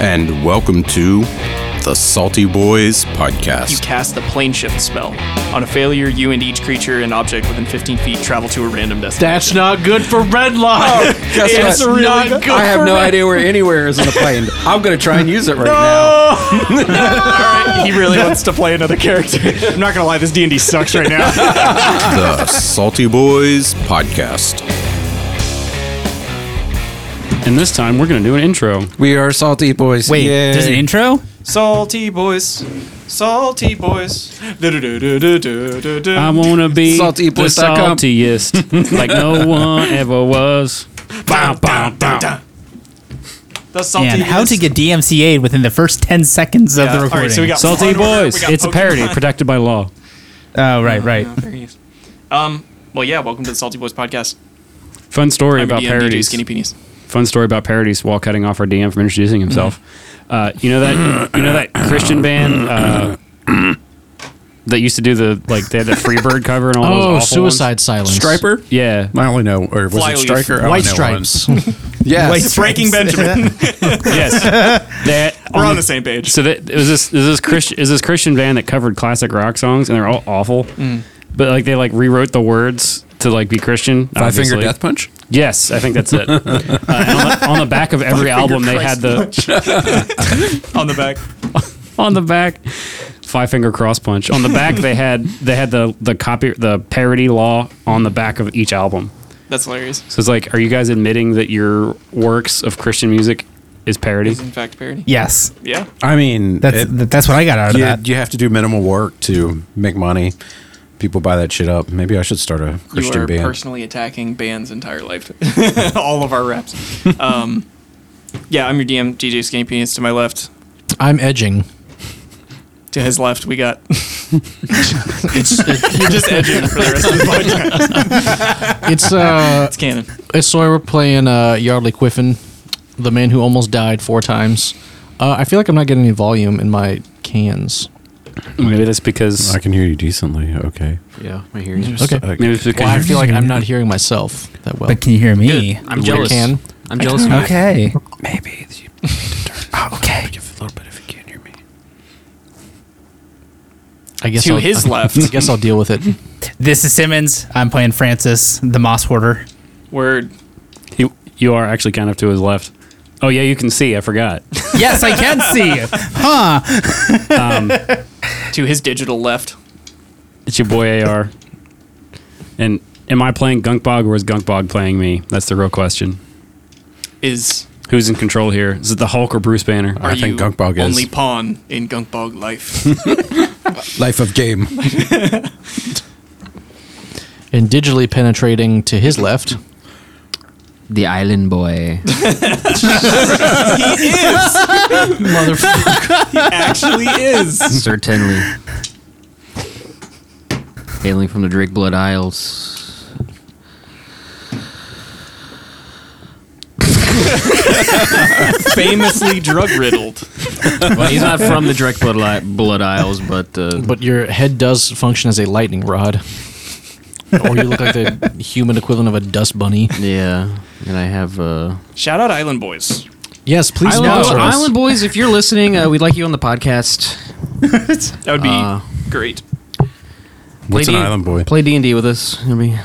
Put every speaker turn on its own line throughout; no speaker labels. and welcome to the Salty Boys Podcast.
You cast the plane shift spell. On a failure, you and each creature and object within 15 feet travel to a random
That's
destination.
not good for Redlock.
Oh, Guess
It's
what?
really not good.
I have
for
no
Red-
idea where anywhere is in the plane. I'm gonna try and use it right
That's he really wants to play another character.
I'm not gonna lie, this D and D sucks right now.
the Salty Boys Podcast.
And this time we're gonna do an intro.
now. We are salty boys.
Wait,
Yay.
there's an intro?
salty boys, salty boys. Du-du-du-du-du-du-du.
I wanna be
Salty
the
boys dot com.
saltiest, like no one ever was. Bow, bow, bow.
the salty.
And how to
boys.
get DMCA'd within the first 10 seconds of
Yeah,
the
all right,
recording.
so we got-
Salty
Fine order, we
boys.
got
It's a
Pokemon.
parody protected by law.
oh, right, right.
Um, well, yeah, welcome to the Salty Boys Podcast.
Fun story
I'm
about
DMD,
parodies.
Skinny Penis.
Fun story about parodies while cutting off our DM from introducing himself.
Mm-hmm.
Uh, you know that you know that Christian band uh, that used to do the like they had the Freebird cover and all those
Oh,
awful
suicide
ones?
silence.
Striper.
Yeah.
I only know, or was
Flyleaf.
it Striker? I only
White
know
stripes.
one. Yes.
White
Breaking
Stripes.
Benjamin.
Yes. that
We're on the same page.
So that it was this is this Christian is this Christian band that covered classic rock songs and they're all awful.
Mm.
But like they like rewrote the words to like be Christian.
Five Finger
obviously.
Death Punch.
Yes, I think that's it. uh, and on, the, on the back of every album, they had the
on the back.
on the back Five Finger Cross Punch. On the back, they had they had the the copy the parody law on the back of each album.
That's hilarious.
So it's like, are you guys admitting that your works of Christian music is parody?
It's in fact parody.
Yes.
Yeah.
I mean,
That's,
it-
that's what I got out of
you,
that.
you have to do minimal work to make money. People buy that shit up. Maybe I should start a
you
Christian
are
band.
personally attacking band's entire life. All of our raps. Um, yeah, I'm your DM, DJ Skinny Penis. To my left,
I'm edging.
to his left, we got. You're just edging for the rest of the podcast.
It's uh,
It's canon.
it's Sawyer playing uh, Yardley Quiffin, the man who almost died four times. Uh, I feel like I'm not getting any volume in my cans.
Maybe that's because
I can hear you decently. Okay.
Yeah, I hear you. Okay.
Okay.
maybe it's because
Well, I feel like I'm not hearing myself that well.
but can you hear me?
I'm jealous.
can.
I'm jealous. of you.
Okay.
Maybe you need to turn.
Okay.
Give a little bit if you can hear me.
I guess
To
I'll,
his left,
I guess I'll deal with it.
This is Simmons. I'm playing Francis, the Moss Hoarder.
word.
He, you are actually kind of to his left. Oh yeah, you can see. I forgot.
Yes, I can see.
To his digital left,
It's your boy AR. And am I playing Gunkbog or is Gunkbog playing me? That's the real question.
is
Who's in control here? Is it the Hulk or Bruce Banner?
are
I think
you
Gunkbog is.
only pawn in Gunkbog life?
Life of game.
And digitally penetrating to his left.
The island boy.
Motherfucker.
Actually, is
Certainly. Hailing from the Drake Blood Isles.
Famously drug riddled.
Well, he's not from the Drake Blood, li- blood Isles, but, uh,
But your head does function as a lightning rod. or you look like the human equivalent of a dust bunny.
yeah. And I have. Uh,
Shout out Island Boys.
Yes, please
island,
sponsor us.
island boys, if you're listening, uh, we'd like you on the podcast.
That would be
Uh,
great.
What's an
D-
island boy?
Play D and D with us. I mean,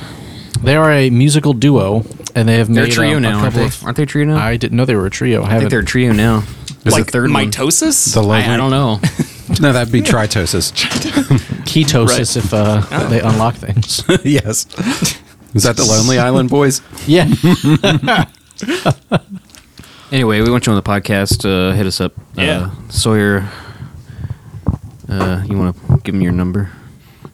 They are a musical duo, and they have
they're a
made
trio
um,
now,
a
aren't
couple
they?
of.
Aren't they trio now? I,
I didn't know they were a trio. I,
think
haven't.
they're a trio now. There's
like
a third one.
mitosis.
The low
I, I don't know.
No, that'd be tritosis.
ketosis if uh, they unlock things.
yes. Is that the Lonely Island Boys?
yeah,
Anyway, we want you on the podcast. Uh, hit us up.
Yeah.
Uh, Sawyer, uh, you want to give him your number?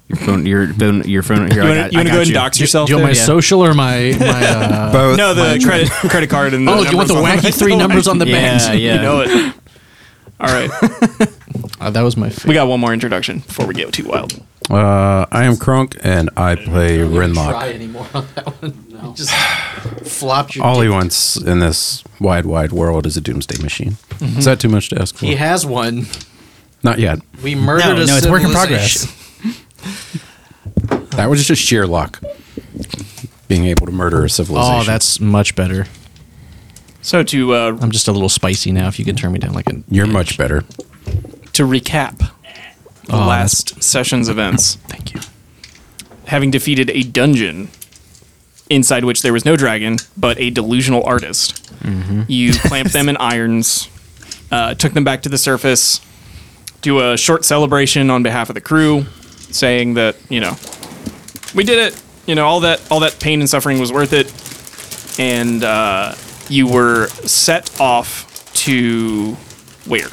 Your phone, your phone, your phone. Here,
You
I
wanna,
got,
you wanna go
I got
ahead and
you.
dox yourself?
do you want my
there?
social or my my? Uh,
Both.
no, the credit credit card and the
oh, you want the
numbers on
wacky three numbers on the
Yeah,
bank?
yeah.
You know it. All right,
Uh, that was my. Favorite.
we got one more introduction before we get too wild.
Uh, I am Kronk, and I play Rinlock.
anymore on that one. You just flopped your.
All he
dick.
wants in this wide, wide world is a doomsday machine. Is that too much to ask for?
He has one.
Not yet.
We murdered
No,
a
no, it's work in
civilization.
progress.
That was just sheer luck. Being able to murder a civilization.
Oh, that's much better.
So to uh,
I'm just a little spicy now. If you can turn me down like a
You're much better.
to recap the
Uh,
Oh,
last session's events,
Thank you.
having defeated a dungeon inside which there was no dragon, but a delusional artist, you clamped them in irons, uh, took them back to the surface, do a short celebration on behalf of the crew, saying that you know we did it. You know all that all that pain and suffering was worth it, and uh, you were set off to where?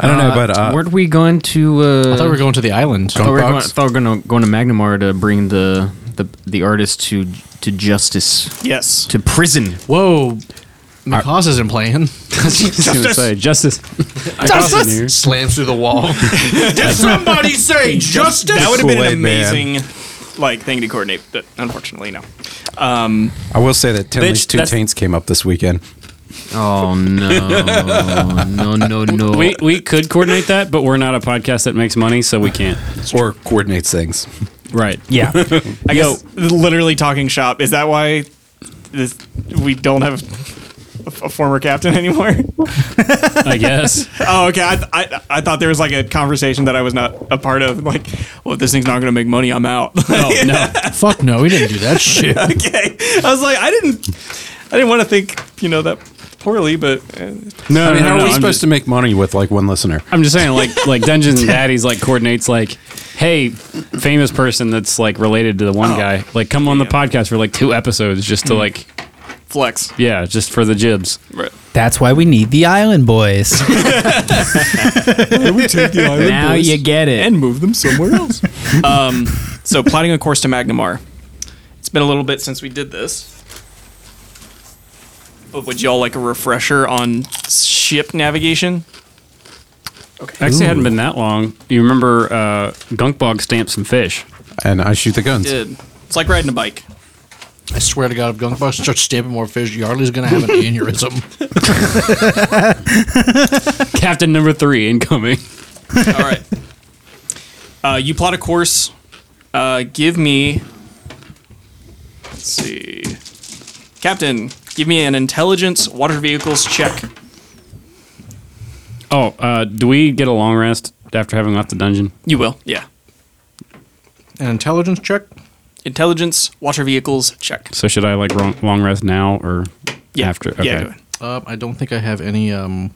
I don't know, but uh,
weren't we going to? Uh,
I thought we were going to the island.
thought we were going,
Bucks?
thought we were going to going to Magnamar to bring the the the artist to to justice
Yes.
to prison.
Whoa, Mikasa isn't playing.
Just gonna say justice.
Justice slams through the wall.
Did somebody say justice? That would have been an
Kool-Aid man.
amazing like thing to coordinate, but unfortunately, no.
I will say that Ten
Bitch,
Leagues Two
that's-
Taints came up this weekend.
Oh no, no, no, no!
We we could coordinate that, but we're not a podcast that makes money, so we can't.
Or coordinates things.
Right.
Yeah.
I guess literally talking shop. Is that why this, we don't have a, a former captain anymore?
I guess.
oh, okay. I, I I thought there was like a conversation that I was not a part of. Like, well, if this thing's not going to make money, I'm out.
Oh no.
Fuck no, we didn't do that shit.
okay. I was like, I didn't, I didn't want to think, you know, that poorly, but uh,
No.
I mean, how
no, no,
are we
I'm
supposed
just-
to make money with like one listener?
I'm just saying, like, like Dungeons and Daddies, like coordinates, like, hey, famous person that's like related to the
Oh.
one guy, like, come on the podcast for like two episodes, just to like,
Mm. flex.
yeah, just for the jibs.
Right.
That's why we need the Island Boys.
now you get it.
and move them somewhere else. um, so plotting a course to Magnamar. It's been a little bit since we did this. But would y'all like a refresher on ship navigation?
Actually, it hadn't been that long. You remember uh, Gunkbog stamped some fish?
And I shoot the guns.
Did. It's like riding a bike.
I swear to God, if Gunkbox starts stamping more fish, Yardley's gonna have an aneurysm.
Captain number three incoming.
All right. Uh, you plot a course. Uh, give me. Let's see. Captain, give me an intelligence water vehicles check.
Oh, uh, do we get a long rest after having left the dungeon?
You will, yeah.
An intelligence check.
Intelligence water vehicles check.
So should I like ro- long rest now or
Yeah.
after?
Yeah, go ahead.
Uh, I don't think I have any um,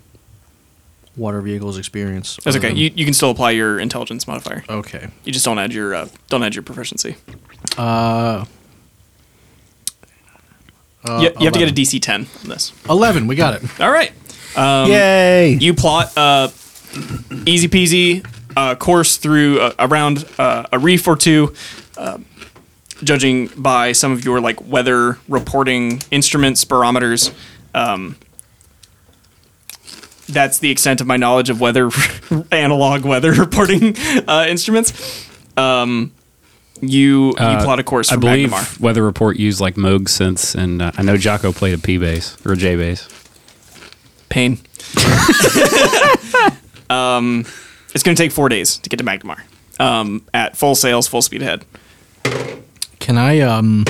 water vehicles experience.
That's
other
Um,
okay.
than-
You, you can still apply your intelligence modifier.
okay.
You just don't add your uh, don't add your proficiency. Uh, you, you have to get a
11.
DC 10 on this.
Eleven. We got it.
All right. Um,
Yay!
You plot uh, easy peasy uh, course through uh, around uh, a reef or two, uh, judging by some of your like weather reporting instruments, barometers. Um, that's the extent of my knowledge of weather analog weather reporting uh, instruments. Um, you you plot a course for
Uh, I believe
Magnemar.
Weather Report used like Moog synths, and uh, I know Jocko played a P bass or a J bass.
Pain. um, it's going to take four days to get to Magnemar. Um, at full sails, full speed ahead.
Can I um?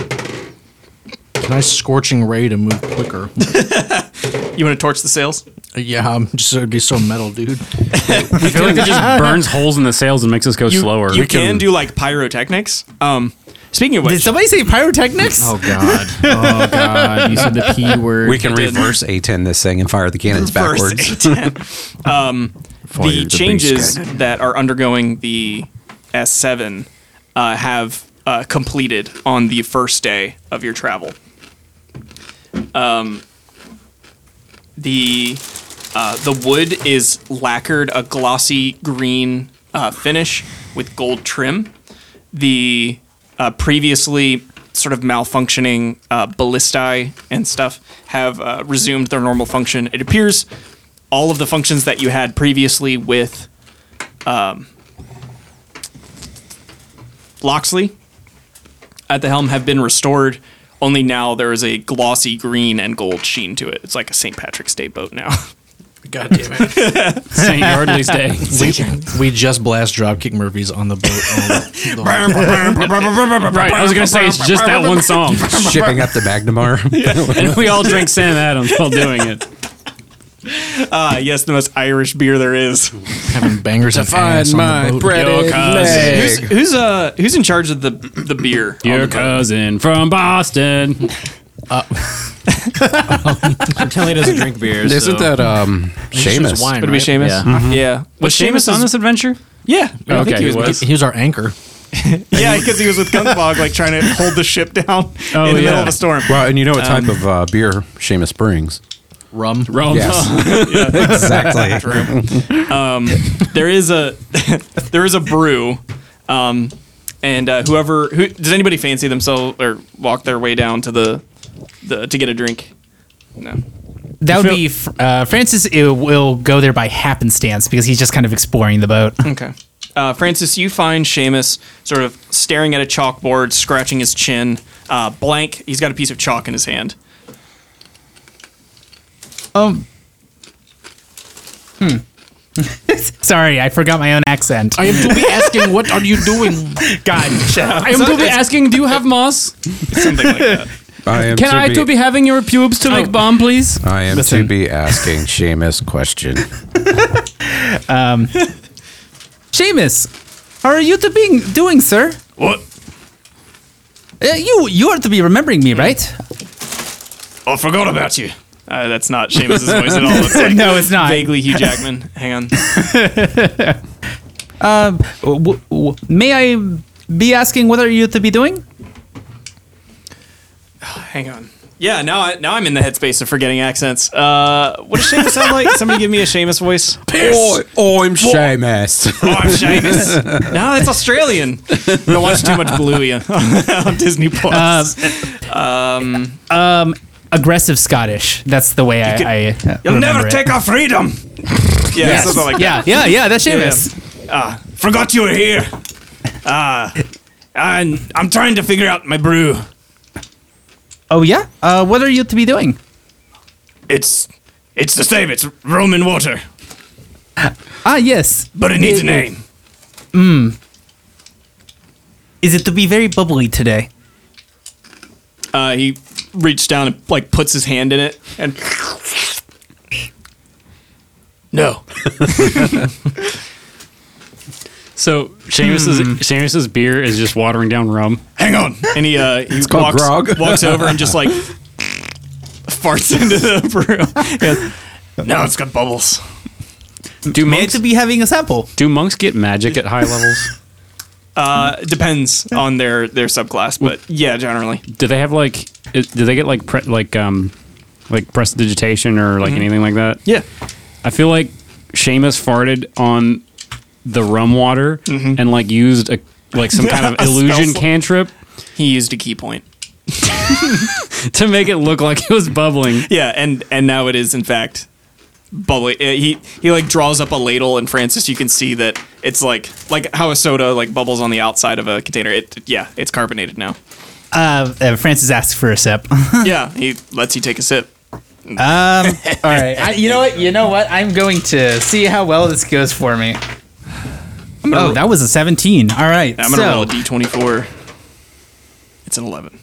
Can I scorching ray to move quicker?
You want to torch the sails?
yeah, I'm just it'd be so metal, dude.
I feel like it just burns holes in the sails and makes us go
You,
slower.
You can, do like pyrotechnics. Um, speaking of
Did
which,
somebody say pyrotechnics?
Oh god! Oh god! You said the p word.
We can reverse A10 this thing and fire the cannons
Reverse
backwards.
Um, the changes that are undergoing the S7 uh, have uh, completed on the first day of your travel. Um, the uh, the wood is lacquered a glossy green uh, finish with gold trim. The uh, previously sort of malfunctioning uh, ballistae and stuff have uh, resumed their normal function. It appears all of the functions that you had previously with um, Loxley at the helm have been restored. Only now there is a glossy green and gold sheen to it. It's like a St. Patrick's Day boat now.
God damn it.
St. Yardley's Day.
we, we just blast Dropkick Murphys on the boat.
Oh,
On the,
right. I was gonna say it's just that one song,
Shipping up the Magnamar.
and we all drink Sam Adams while doing it.
Ah, yes, the most Irish beer there is.
having bangers and ass on the boat.
Yo,
Who's,
cuz.
who's uh who's in charge of the the beer? on
Your
the boat?
cousin from Boston.
Telly doesn't drink beer.
Isn't that um Seamus?
wine,
Would it be
right?
Seamus?
Yeah.
Yeah.
Was Seamus on this adventure?
Mm-hmm. Yeah. I think
Okay,
he was.
he was.
He was our anchor.
Yeah, because he was with Gunkbog, like trying to hold the ship down
Oh,
in the
yeah.
middle of a storm.
Well, and you know what type of uh, beer Seamus brings?
Rum.
Rome.
exactly.
There is a there is a brew, um, and uh, whoever who does anybody fancy themselves or walk their way down to the the to get a drink? No.
That would be fr- uh, Francis. It will go there by happenstance because he's just kind of exploring the boat.
Okay. Uh, Francis, you find Seamus sort of staring at a chalkboard, scratching his chin. Uh, blank. He's got a piece of chalk in his hand.
Sorry, I forgot my own accent.
I am to be asking, what are you doing?
God, shut up.
I am to be asking, do you have moss?
Something like that.
I am
Can I to be having your pubes to make bomb, please?
I am to be asking Seamus question.
Seamus, how are you to be doing, sir?
What?
Uh, you you are to be remembering me, right?
I forgot about you.
Uh, that's not Seamus' voice at all. It's like
no, it's not.
vaguely Hugh Jackman. Hang on.
W- w- may I be asking what are you to be doing?
Hang on. Yeah, now I now I'm in the headspace of forgetting accents. Uh, what does Seamus sound like? Somebody give me a Seamus voice.
Oh, I'm Seamus.
Oh, I'm Seamus. no, that's Australian. Don't watch too much Bluey on, on Disney Plus.
Aggressive Scottish. That's the way I. I uh,
You'll never
remember it.
take our freedom.
yeah, something like
Yeah, yeah, yeah. That's Seamus.
Forgot you were here.
Uh,
Ah, and I'm trying to figure out my brew.
Oh yeah. Uh, what are you to be doing?
It's it's the same. It's Roman water,
Ah yes.
but it needs a name.
Is it to be very bubbly today?
that. Uh, he reached down and like puts his hand in it, and
No.
So Seamus's
Hmm.
Seamus's beer is just watering down rum.
Hang on.
and he uh, he
called
walks
grog.
walks over and just like farts into the brew. Yeah.
Now it's got bubbles.
Do monks
to be having a sample.
do monks get magic at high levels?
Uh, depends on their their subclass, but yeah, generally.
Do they have like is, do they get like pre, like um like prestidigitation or like anything like that?
Mm-hmm. Yeah.
I feel like Seamus farted on the rum water and like used a like some kind of
A Mm-hmm. spell
illusion
slot.
cantrip
He used a key point.
to make it look like it was bubbling.
Yeah, and and now it is in fact bubbly. Uh, He he like draws up a ladle, and Francis, you can see that it's like like how a soda like bubbles on the outside of a container. It yeah, it's carbonated now.
Uh, uh, Francis asks for a sip.
yeah, he lets you take a sip.
All right. I, you know what? You know what? I'm going to see how well this goes for me. oh, that was a 17. All right.
I'm gonna
so-
roll a d twenty four. It's an eleven.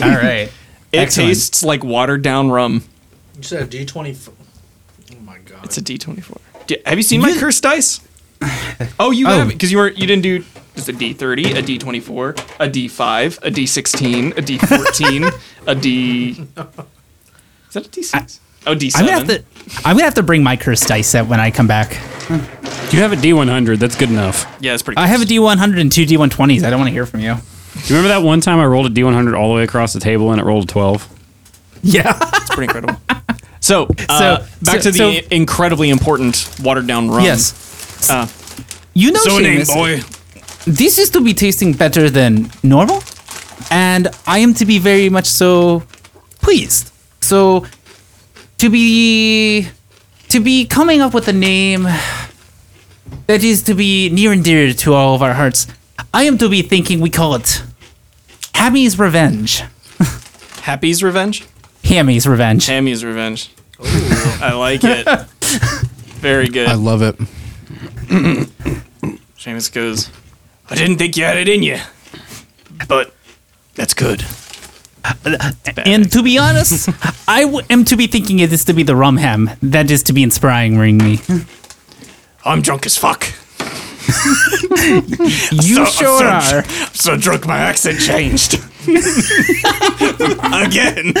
All right.
It
Excellent.
tastes like watered down rum.
You said a D20. Oh my god.
It's a d twenty four. Have you seen my cursed dice? Oh, you have because you were you didn't do. It's a D thirty, a D twenty four, a D five, a D sixteen, a D fourteen, a D. Is that a D six? Oh, D seven.
I'm gonna have to. I'm gonna have to bring my cursed dice set when I come back.
You have a D100. That's good enough.
yeah, it's pretty.
I have a D100 and two D120s. I don't want to hear from you.
Do you remember that one time I rolled a D100 all the way across the table and it rolled a 12?
Yeah.
It's pretty incredible. So, uh,
So-
back to
so-
the
so-
incredibly important watered down rum.
yes.
Uh,
you know,
So name,
Seamus,
boy.
this is to be tasting better than normal, and I am to be very much so pleased. So to be to be coming up with a name that is to be near and dear to all of our hearts, I am to be thinking we call it Hammy's Revenge.
Happy's Revenge.
Hammy's Revenge.
Tammy's Revenge. I like it. Very good.
I love it.
Seamus goes, I didn't think you had it in you, but that's good. Uh,
And to be honest, I w- am to be thinking it is to be the rum ham. That is to be inspiring ring me.
I'm drunk as fuck.
You
So-
sure
so-
are.
I'm so drunk my accent changed. Again.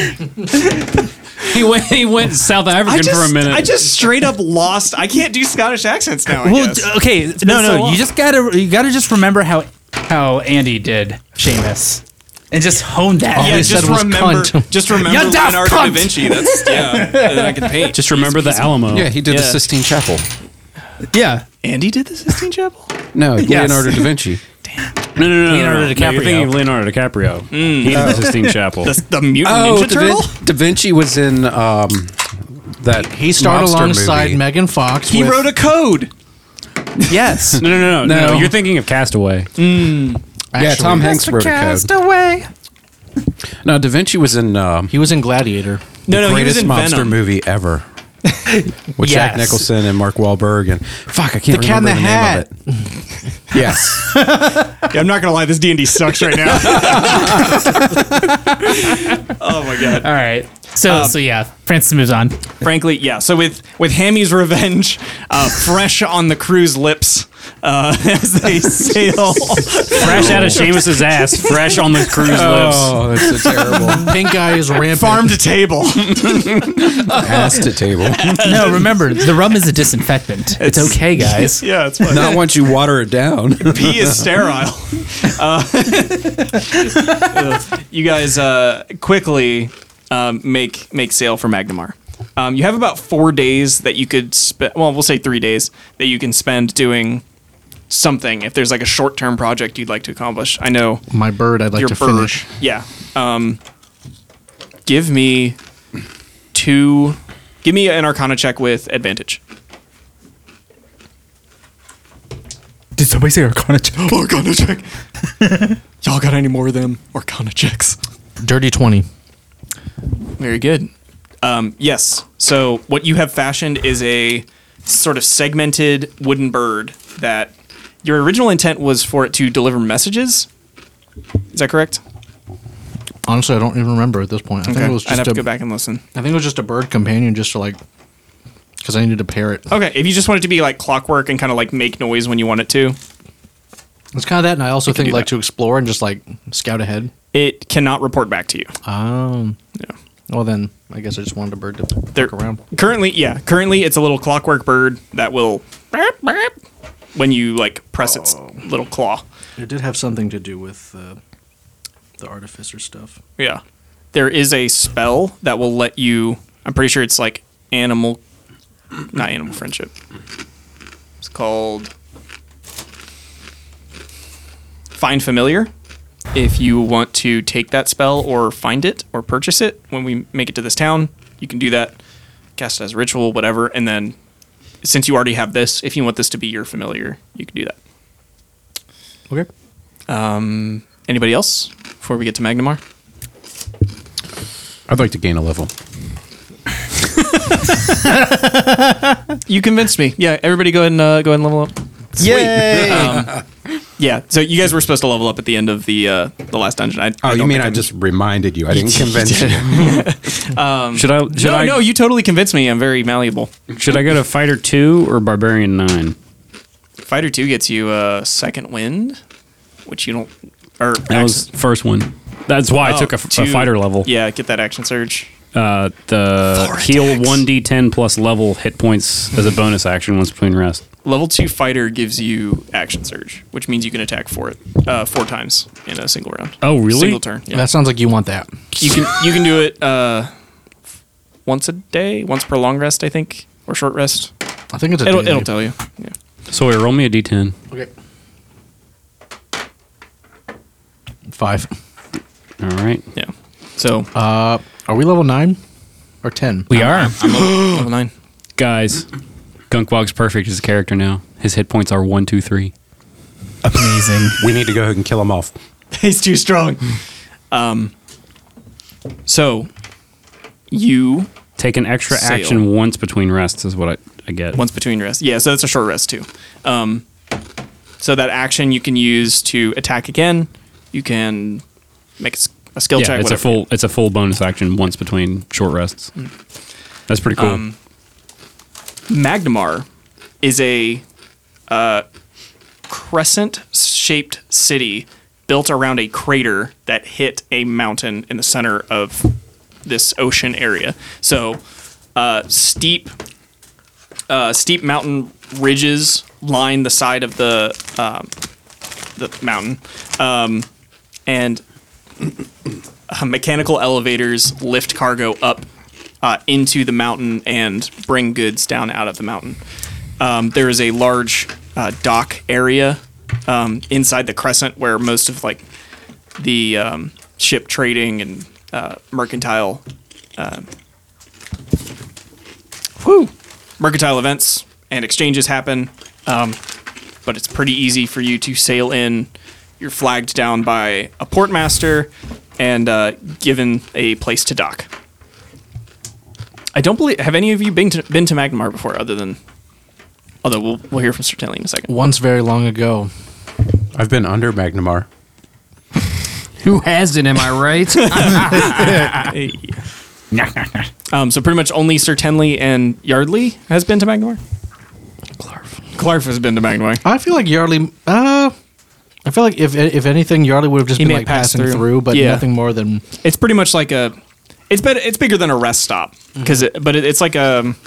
He went, he went South African for a minute.
I just straight up lost. I can't do Scottish accents now. I
Well,
guess.
d-
uh,
okay. No, no. you just gotta, you gotta just remember how, how Andy did Seamus, and just hone that.
yeah, just
Oh, said
oh,
was
remember,
cunt.
just remember
You daft
Leonardo da
cunt.
Vinci. That's yeah. and I can paint.
Just remember the Alamo.
Yeah, he did the
Yeah.
Sistine Chapel.
yeah.
Andy did the Sistine Chapel.
No,
Yes.
Leonardo da Vinci.
No, no, no, no,
Leonardo
no. No,
DiCaprio.
you're thinking of Leonardo DiCaprio. He did the Oh, Sistine Chapel.
The, the mutant ninja
Oh, Da,
turtle.
Vin- da Vinci was in um, that
He starred
mobster
alongside
movie.
Megan Fox.
He
with-
wrote a code.
Yes.
no, no, no, no, no,
No.
You're thinking of Castaway.
Yeah,
actually,
Tom Hanks wrote a code.
away.
No, Da Vinci was in um,
He was in Gladiator.
No, no, he was
greatest
in
mobster
Venom.
movie ever. With
Yes.
Jack Nicholson and Mark Wahlberg and fuck, I can't
The Cat in
remember
the
the
Hat.
name of it. yes,
Yeah, I'm not gonna lie, this D and D sucks right now. oh my god.
All right. So, so yeah. Francis moves on.
frankly, yeah. So with with Hammy's revenge uh, fresh on the crew's lips uh, as they sail,
Fresh out of Seamus's ass, fresh on the cruise lips.
oh, that's so terrible.
Pink guy is rampant.
farm to table.
Ass to table.
No, remember the rum is a disinfectant. It's, okay, guys.
yeah, it's fine.
Not once you water it down.
P is sterile. Uh, you guys uh, quickly um, make make sail for Magnamar. Um, you have about four days that you could spend. Well, we'll say three days that you can spend doing something. If there's like a short term project you'd like to accomplish, I know
My bird. I'd like
your
to
bird.
finish.
Yeah. Um, give me two. Give me an Arcana check with advantage.
Did somebody say Arcana?
Arcana check. Y'all got any more of them Arcana checks?
Dirty twenty.
Very good. Um, yes. So what you have fashioned is a sort of segmented wooden bird that your original intent was for it to deliver messages. Is that correct?
Honestly, I don't even remember at this point. I think it was
I'd have
just
to go
a,
back and listen.
I think it was just a bird companion, just to like, because I needed to pair it.
Okay, if you just want it to be like clockwork and kind of like make noise when you want it to,
It's kind of that, and I also think
do
like
that.
to explore and just like scout ahead.
it cannot report back to you.
Um.
Yeah.
Well, then I guess I just wanted a bird to
They're-
look around.
Currently, yeah, currently it's a little clockwork bird that will burp, burp, when you like press its
Oh.
little claw.
It did have something to do with uh, the artificer stuff.
Yeah. There is a spell that will let you. I'm pretty sure it's like animal, not animal friendship. It's called Find Familiar. If you want to take that spell or find it or purchase it when we make it to this town, you can do that. Cast it as a ritual, whatever. And then, since you already have this, if you want this to be your familiar, you can do that.
Okay.
Um, Anybody else before we get to Magnamar?
I'd like to gain a level.
You convinced me. Yeah, everybody go ahead and uh, go ahead and level up.
Yay!
Yeah, so you guys were supposed to level up at the end of the uh, the last dungeon. I,
oh,
I
you
don't
mean
think
I
I'm-
just reminded you? I didn't convince you.
Should I? Should
No,
I?
no, you totally convinced me. I'm very malleable.
Should I go to Fighter Two or Barbarian Nine?
Fighter two gets you a second wind, which you don't. Or
That was
action- Oh,
the first one. Oh, That's why I took a, f- a
two-
fighter level.
Yeah, get that action surge.
Uh, the heal one d10 plus level hit points as a bonus action once between rest.
Level two fighter gives you action surge, which means you can attack for it uh, four times in a single round.
Oh, really?
Single turn. Yeah.
That sounds like you want that.
you can you can do it uh, once a day, once per long rest, I think, or short rest.
I think it's a
It'll
daily.
it'll tell you. Yeah.
Sawyer, roll me a d10.
Okay. Five.
All right.
Yeah. So
Uh, are we level nine or ten?
We are.
level oh, nine.
Guys, Gunkwog's perfect as a character now. His hit points are one, two, three.
Amazing.
we need to go ahead and kill him off.
He's too strong. Um, so you
Take an extra
Sail.
action once between rests is what I I get.
Once between rests. Yeah, so that's a short rest too. Um, so that action you can use to attack again. You can make a, s- a skill
yeah,
check.
it's a
whatever.
full it's a full bonus action once between short rests.
Mm.
That's pretty cool.
Um, Magnemar is a uh, crescent shaped city built around a crater that hit a mountain in the center of this ocean area. So uh, steep, uh, steep mountain ridges line the side of the um, the mountain, um, and uh, mechanical elevators lift cargo up uh, into the mountain and bring goods down out of the mountain. Um, there is a large uh, dock area um, inside the crescent where most of like the um, ship trading and uh, mercantile, uh, whew, mercantile events and exchanges happen. Um, but it's pretty easy for you to sail in. You're flagged down by a portmaster and uh, given a place to dock. I don't believe. Have any of you been to, been to Magnemar before, other than? Although we'll we'll hear from Sir Telly in a second.
Once very long ago.
I've been under Magnamar.
Who hasn't? Am I right?
Um, so pretty much only Sir Tenley and Yardley has been to Magnemar. Clarf. Clarf has been to Magnemar.
I feel like Yardley. Uh, I feel like if if anything, Yardley would have just
He
been
may
like
pass
passing
through.
through, but
Yeah.
nothing more than
It's pretty much like a. It's better. It's bigger than a rest stop because, it, but it, it's like a.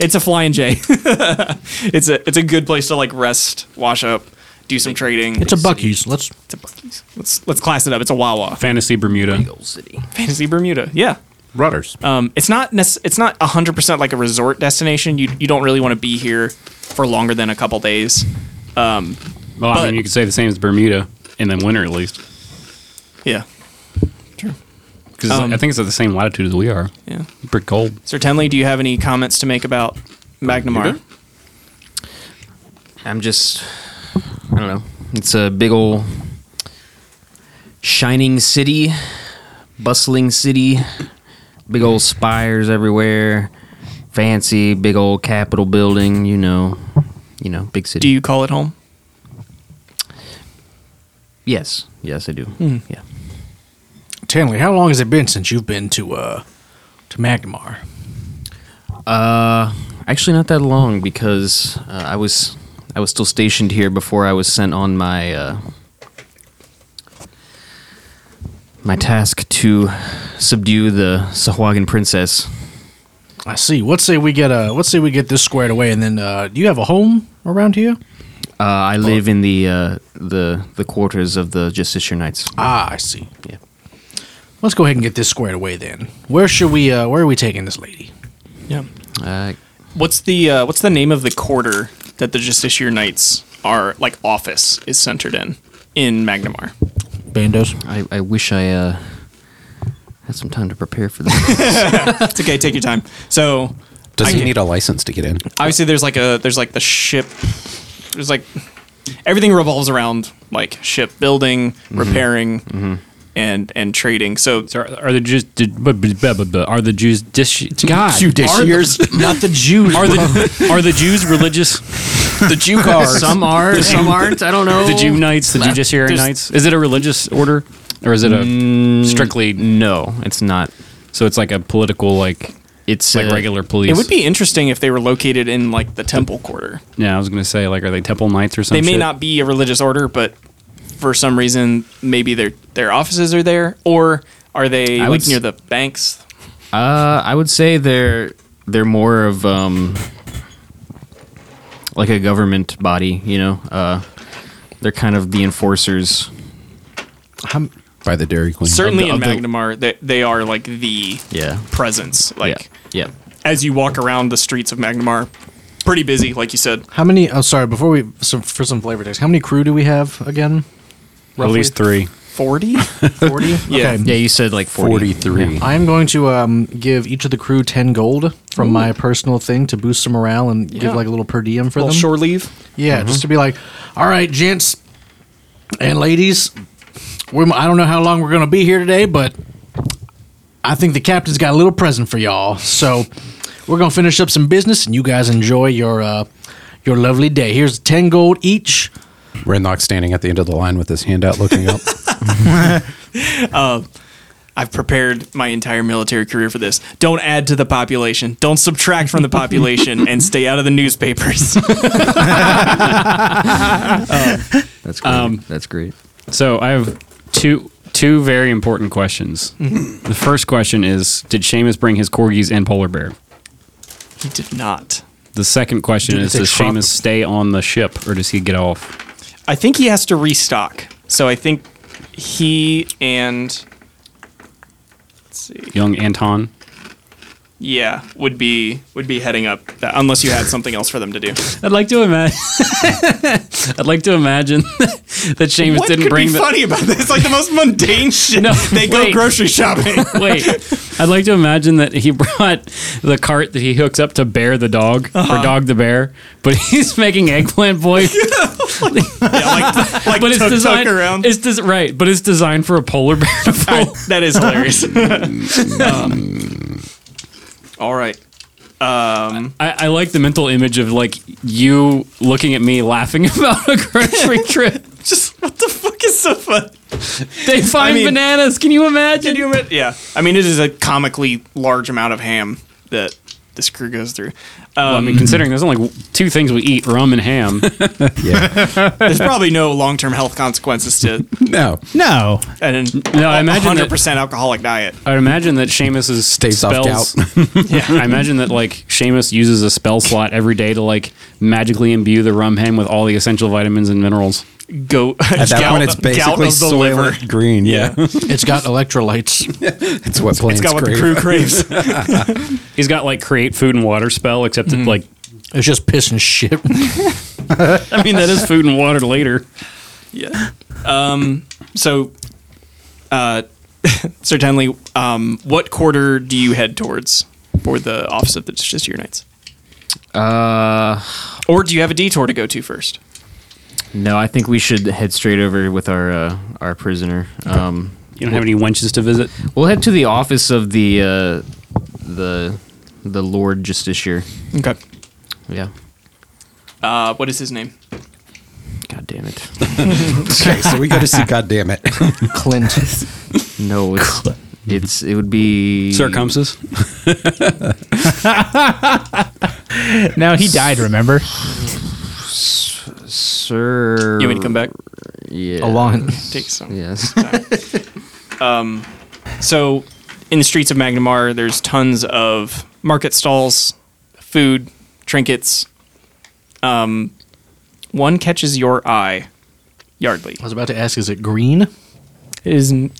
It's a flying J. it's a it's a good place to like rest, wash up, do some trading.
it's a Bucky's. Let's
It's a Buc-ee's. Let's let's class it up. It's a Wawa.
Fantasy Bermuda.
Fantasy Bermuda. Yeah.
Rudders.
Um, it's not nec- it's not hundred percent like a resort destination. You you don't really want to be here for longer than a couple days.
Well, I
But-
mean, you could say the same as Bermuda in the winter at least,
Yeah.
because
Um,
I think it's at the same latitude as we are.
Yeah.
Pretty cold.
Sir Tenley, do you have any comments to make about Magnamar?
I'm just, I don't know. It's a big old shining city, bustling city, big old spires everywhere, fancy big old capitol building. You know, you know, big city.
Do you call it home?
yes, yes, I do.
Hmm.
Yeah.
Tanley. How long has it been since you've been to uh to Magnemar?
Actually, not that long because uh, I was I was still stationed here before I was sent on my uh, my task to subdue the Sahuagin princess.
I see. Let's say we get uh let's say we get this squared away, and then uh, do you have a home around here?
Uh, I live in the uh, the the quarters of the Justiciar Knights.
Ah, I see.
Yeah.
Let's go ahead and get this squared away then. Where should we? Uh, where are we taking this lady?
Yeah.
Uh,
What's the uh, what's the name of the quarter that the Justiciar Knights are like office is centered in in Magnamar?
Bandos.
I, I wish I uh, had some time to prepare for this.
It's okay, take your time. So
Does
I-
he need a license to get in?
obviously there's like a there's like the ship there's like everything revolves around like ship building,
Mm-hmm.
repairing and and trading. So
So are, are the Jews? Did, but- but- but- but- but are the Jews? Dis, God.
not the Jews.
Are the are the Jews religious?
the Jew cards?
some are, some aren't. I don't know.
The Jew Knights, the Judiciary
There's-
Knights. Is it a religious order, or is it
Mm,
a strictly?
No, it's not.
So it's like a political, like
It's
like
uh,
regular police.
it would be interesting if they were located in like the temple quarter.
Oh,
Yeah, I was gonna say, like, are they Temple Knights or
They
something?
may not be a religious order, but for some reason maybe their their offices are there or are they
I
like
would
near
s-
the banks?
Uh, I would say they're they're more of um like a government body, you know. Uh, they're kind of the enforcers.
By the Dairy Queen.
Certainly
of the-
in Magnamar they, they are like the
Yeah.
presence like
Yeah. yeah.
as you walk around the streets of Magnamar pretty busy like you said.
How many? Oh, sorry. Before we so for some flavor text, how many crew do we have again?
At least three.
40?
Forty.
Yeah.
Okay.
Yeah, you said like 40.
43.
I am going to um, give each of the crew ten gold from my personal thing to boost some morale and
Yeah.
give like a little per diem for
Well,
them.
shore leave. Mm-hmm.
Yeah, just to be like, all right, gents and ladies, we I don't know how long we're going to be here today, but I think the captain's got a little present for y'all. So We're gonna finish up some business, and you guys enjoy your uh, your lovely day. Here's ten gold each.
Renlock standing at the end of the line with his hand out, looking up.
I've prepared my entire military career for this. Don't add to the population. Don't subtract from the population, and stay out of the newspapers.
That's great. That's great.
So I have two two very important questions.
Mm-hmm.
the first question is: Did Seamus bring his corgis and polar bear?
he did not.
The second question
Did he
is:
take
Does
Trump?
Seamus stay on the ship or does he get off?
I think he has to restock. So I think he and
Young Anton.
yeah would be would be heading up that, unless you had something else for them to do.
I'd like to imagine. I'd like to imagine that Seamus
what
didn't
could
bring
be
the.
funny about this? Like the most mundane shit.
No,
they go
wait.
grocery shopping.
Wait, I'd like to imagine that he brought the cart that he hooks up to Bear the dog or Dog the bear, but he's making eggplant boy.
yeah, like like
but it's
tuk-tuk
designed
around.
It's des- right, but it's designed for a polar bear to pull.
Alright, that is hilarious. Um, all right.
I, I like the mental image of like you looking at me laughing about a grocery trip.
Just what the fuck is so fun?
They find
mean-
bananas. Can you
Can
imagine?
you ima- Yeah. I mean, it is a comically large amount of ham that this crew goes through.
Well, I mean, considering there's only w- two things we eat: rum and ham.
There's probably no long-term health consequences to
no,
No.
an
No, I imagine that-
100% alcoholic diet.
I imagine that Seamus is
Staves off
spells. yeah, I imagine that like Seamus uses a spell slot every day to like magically imbue the rum ham with all the essential vitamins and minerals.
Go
at that point it's basically soylent green. Yeah,
It's got electrolytes.
it's what plants
It's got what the
crave.
crew craves.
He's got like create food and water spell, except it, like
It's just piss and shit.
I mean that is food and water later.
Yeah. Um, so, uh, Sir Tenley, um, what quarter do you head towards for the office of the just unites?
Uh,
Or do you have a detour to go to first?
no, I think we should head straight over with our uh, our prisoner. Um,
You don't have any wenches to visit.
we'll head to the office of the uh, the the Lord Justiciar.
Okay.
Yeah.
Uh, what is his name?
God damn it.
Okay, so we got to see. God damn it!
Clint.
No, it's
Mm-hmm.
it's it would be
Circumcis.
No, he died, remember?
Sir.
You want me to come back?
Yeah.
Alon.
Take some.
Yes.
So, in the streets of Magnamar, there's tons of market stalls, food, trinkets. Um, one catches your eye, Yardley.
I was about to ask, is it green?
It is n-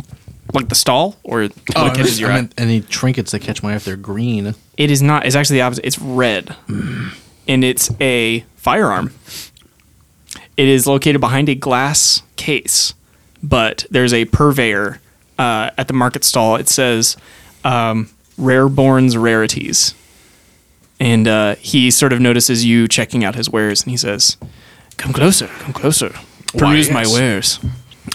like the stall, or
Oh, I
what catches
meant-
your
I
eye?
meant any trinkets that catch my eye if they're green.
It is not. It's actually the opposite. It's red,
Mm.
and it's a firearm. It is located behind a glass case, but there's a purveyor uh, at the market stall. It says um, "Rareborn's Rarities," and uh, he sort of notices you checking out his wares, and he says, "Come closer, come closer, peruse
Why,
my
yes.
wares."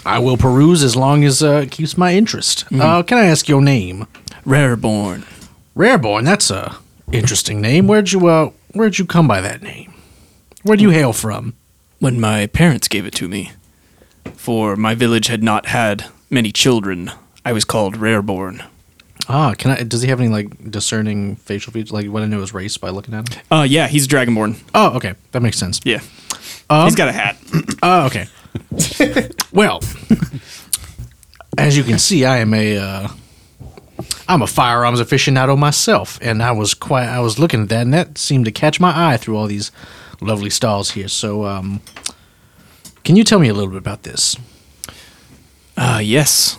I will peruse as long as uh, it keeps my interest. Uh, can I ask your name?
Rareborn.
Rareborn. That's a interesting name. Where'd you uh, Where'd you come by that name? Where do you hail from?
when my parents gave it to me. For my village had not had many children, I was called Rareborn.
Ah, can I? Does he have any like discerning facial features? Like when I know his race by looking at him.
Uh, yeah, he's Dragonborn.
Oh, okay, that makes sense.
Yeah.
Um,
he's got a hat.
Oh, okay. well, as you can see, I am a uh, I'm a firearms aficionado myself, and I was quite I was looking at that, and that seemed to catch my eye through all these lovely stalls here. So, um, can you tell me a little bit about this?
Uh, yes.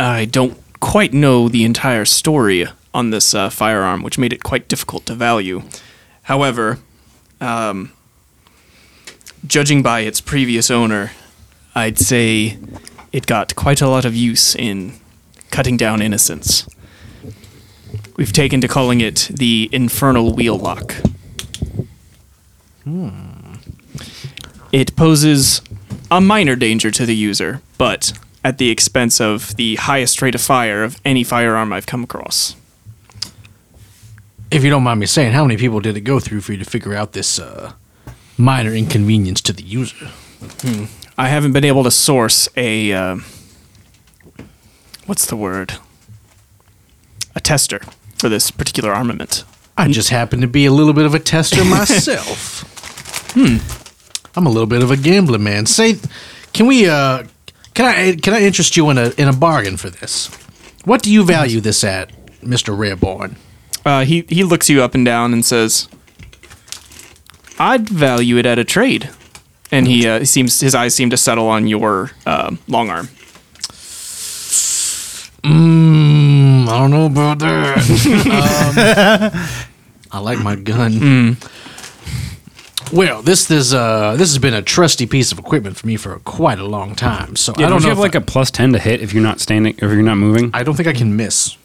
I don't quite know the entire story on this uh, firearm, which made it quite difficult to value. However, um, judging by its previous owner, I'd say it got quite a lot of use in cutting down innocents. We've taken to calling it the Infernal Wheel Lock. It poses a minor danger to the user, but at the expense of the highest rate of fire of any firearm I've come across.
if you don't mind me saying, how many people did it go through for you to figure out this uh, minor inconvenience to the user?
I haven't been able to source a uh, what's the word? A tester for this particular armament.
I just happen to be a little bit of a tester myself. hmm. I'm a little bit of a gambler, man. Say, can we? Uh, can I? Can I interest you in a in a bargain for this? What do you value this at, Mister Rareborn?
Uh, he he looks you up and down and says, "I'd value it at a trade." And he uh, seems his eyes seem to settle on your uh, long arm.
Mm, I don't know about that. um, I like my gun. Well, this is uh this has been a trusty piece of equipment for me for quite a long time. So
Yeah,
I don't
you
know
have
if
like
I,
a plus ten to hit if you're not standing if you're not moving.
I don't think I can miss.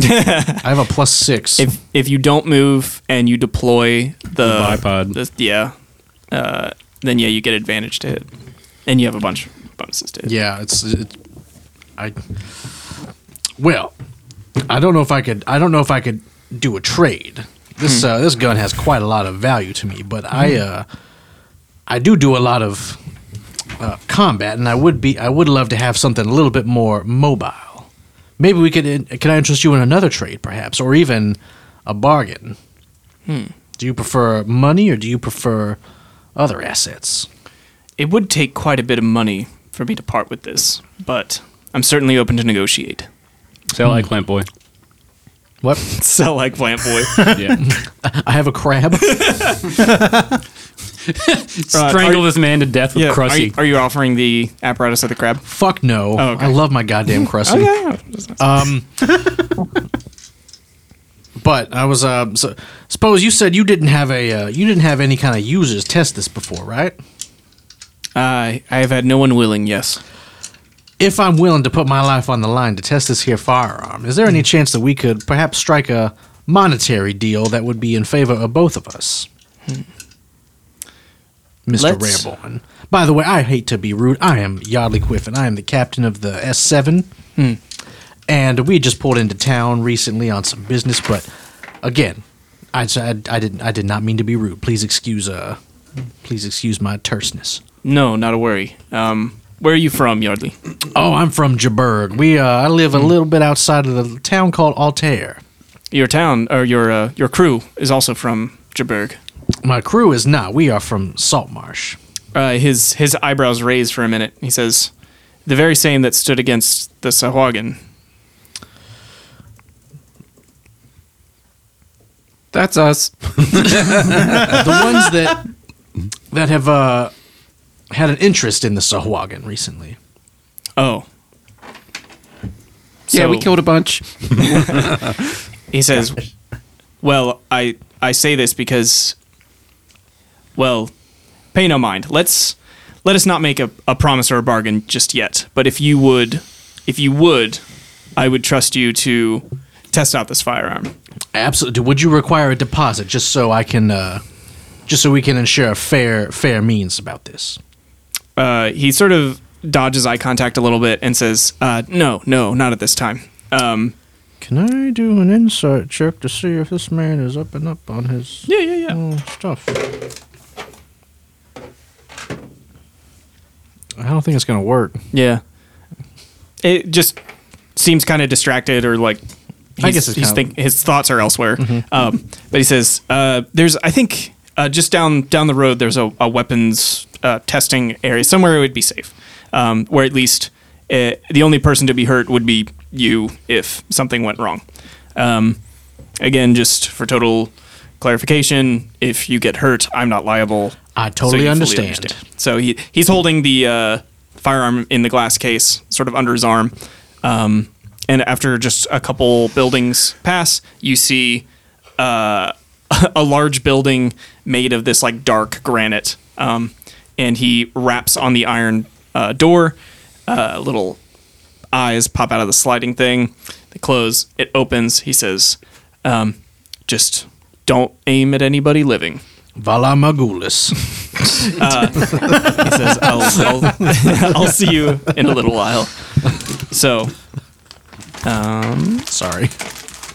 I have a plus six.
If if you don't move and you deploy the
bipod.
the- yeah, uh, then yeah, you get advantage to hit, and you have a bunch of bonuses to hit.
yeah, it's it, I. Well, I don't know if I could. I don't know if I could do a trade. This uh, this gun has quite a lot of value to me, but I uh, I do do a lot of uh, combat, and I would be I would love to have something a little bit more mobile. Maybe we could. in- Can I interest you in another trade, perhaps, or even a bargain? Do you prefer money, or do you prefer other assets?
It would take quite a bit of money for me to part with this, but I'm certainly open to negotiate.
Sell like Clamp Boy.
What?
Sell like plant boy.
Yeah.
I have a crab.
Strangle this man to death with
yeah, are
Krusty.
you, are you offering the apparatus of the crab?
Fuck no.
Oh, okay.
I love my goddamn crusty. Um, but I was uh, so, suppose you said you didn't have a uh, you didn't have any kind of users test this before, right?
I I have had no one willing. Yes.
If I'm willing to put my life on the line to test this here firearm, is there any chance that we could perhaps strike a monetary deal that would be in favor of both of us? mister
Let's-
Ramborn. By the way, I hate to be rude. I am Yardley Quiffin. I am the captain of the S7. And we just pulled into town recently on some business, but again, I, I, I didn't I did not mean to be rude. Please excuse uh please excuse my terseness.
No, not a worry. Um, where are you from, Yardley?
Oh, I'm from Jaburg. We uh, I live a little bit outside of the town called Altair.
Your town or your uh, your crew is also from Jaburg.
My crew is not. We are from Saltmarsh.
Uh, his his eyebrows raise for a minute. He says, "The very same that stood against the Sahuagin."
That's us.
the ones that that have uh, had an interest in the Sahuagin recently.
Oh,
Yeah, we
So-
killed a bunch.
He says, "Well, I I say this because, well, pay no mind. Let's let us not make a, a promise or a bargain just yet. But if you would, if you would, I would trust you to test out this firearm.
Absolutely. Would you require a deposit just so I can uh, just so we can ensure a fair fair means about this?
uh, he sort of dodges eye contact a little bit and says, uh, "No, no, not at this time." Um,
Can I do an insight check to see if this man is up and up on his
yeah, yeah, yeah.
stuff? I don't think it's gonna work.
Yeah. It just seems kind of distracted or like
I
he's-
guess it's
he's
kinda- Mm-hmm.
think, his thoughts are elsewhere. Um, but he says, uh, "There's, I think, uh, just down down the road, there's a, a weapons uh, testing area somewhere. It would be safe, um, where at least uh the only person to be hurt would be you if something went wrong." Um, again, just for total clarification, if you get hurt, I'm not liable.
I
So
totally
you fully
understand.
So he he's holding the uh, firearm in the glass case, sort of under his arm. Um, and after just a couple buildings pass, you see uh, a large building made of this like dark granite. Um, and he raps on the iron uh, door. Uh, little eyes pop out of the sliding thing. They close. It opens. He says, um, "Just don't aim at anybody living."
Vala Magulis.
He says, I'll, I'll, I'll see you in a little while. So, um,
Sorry.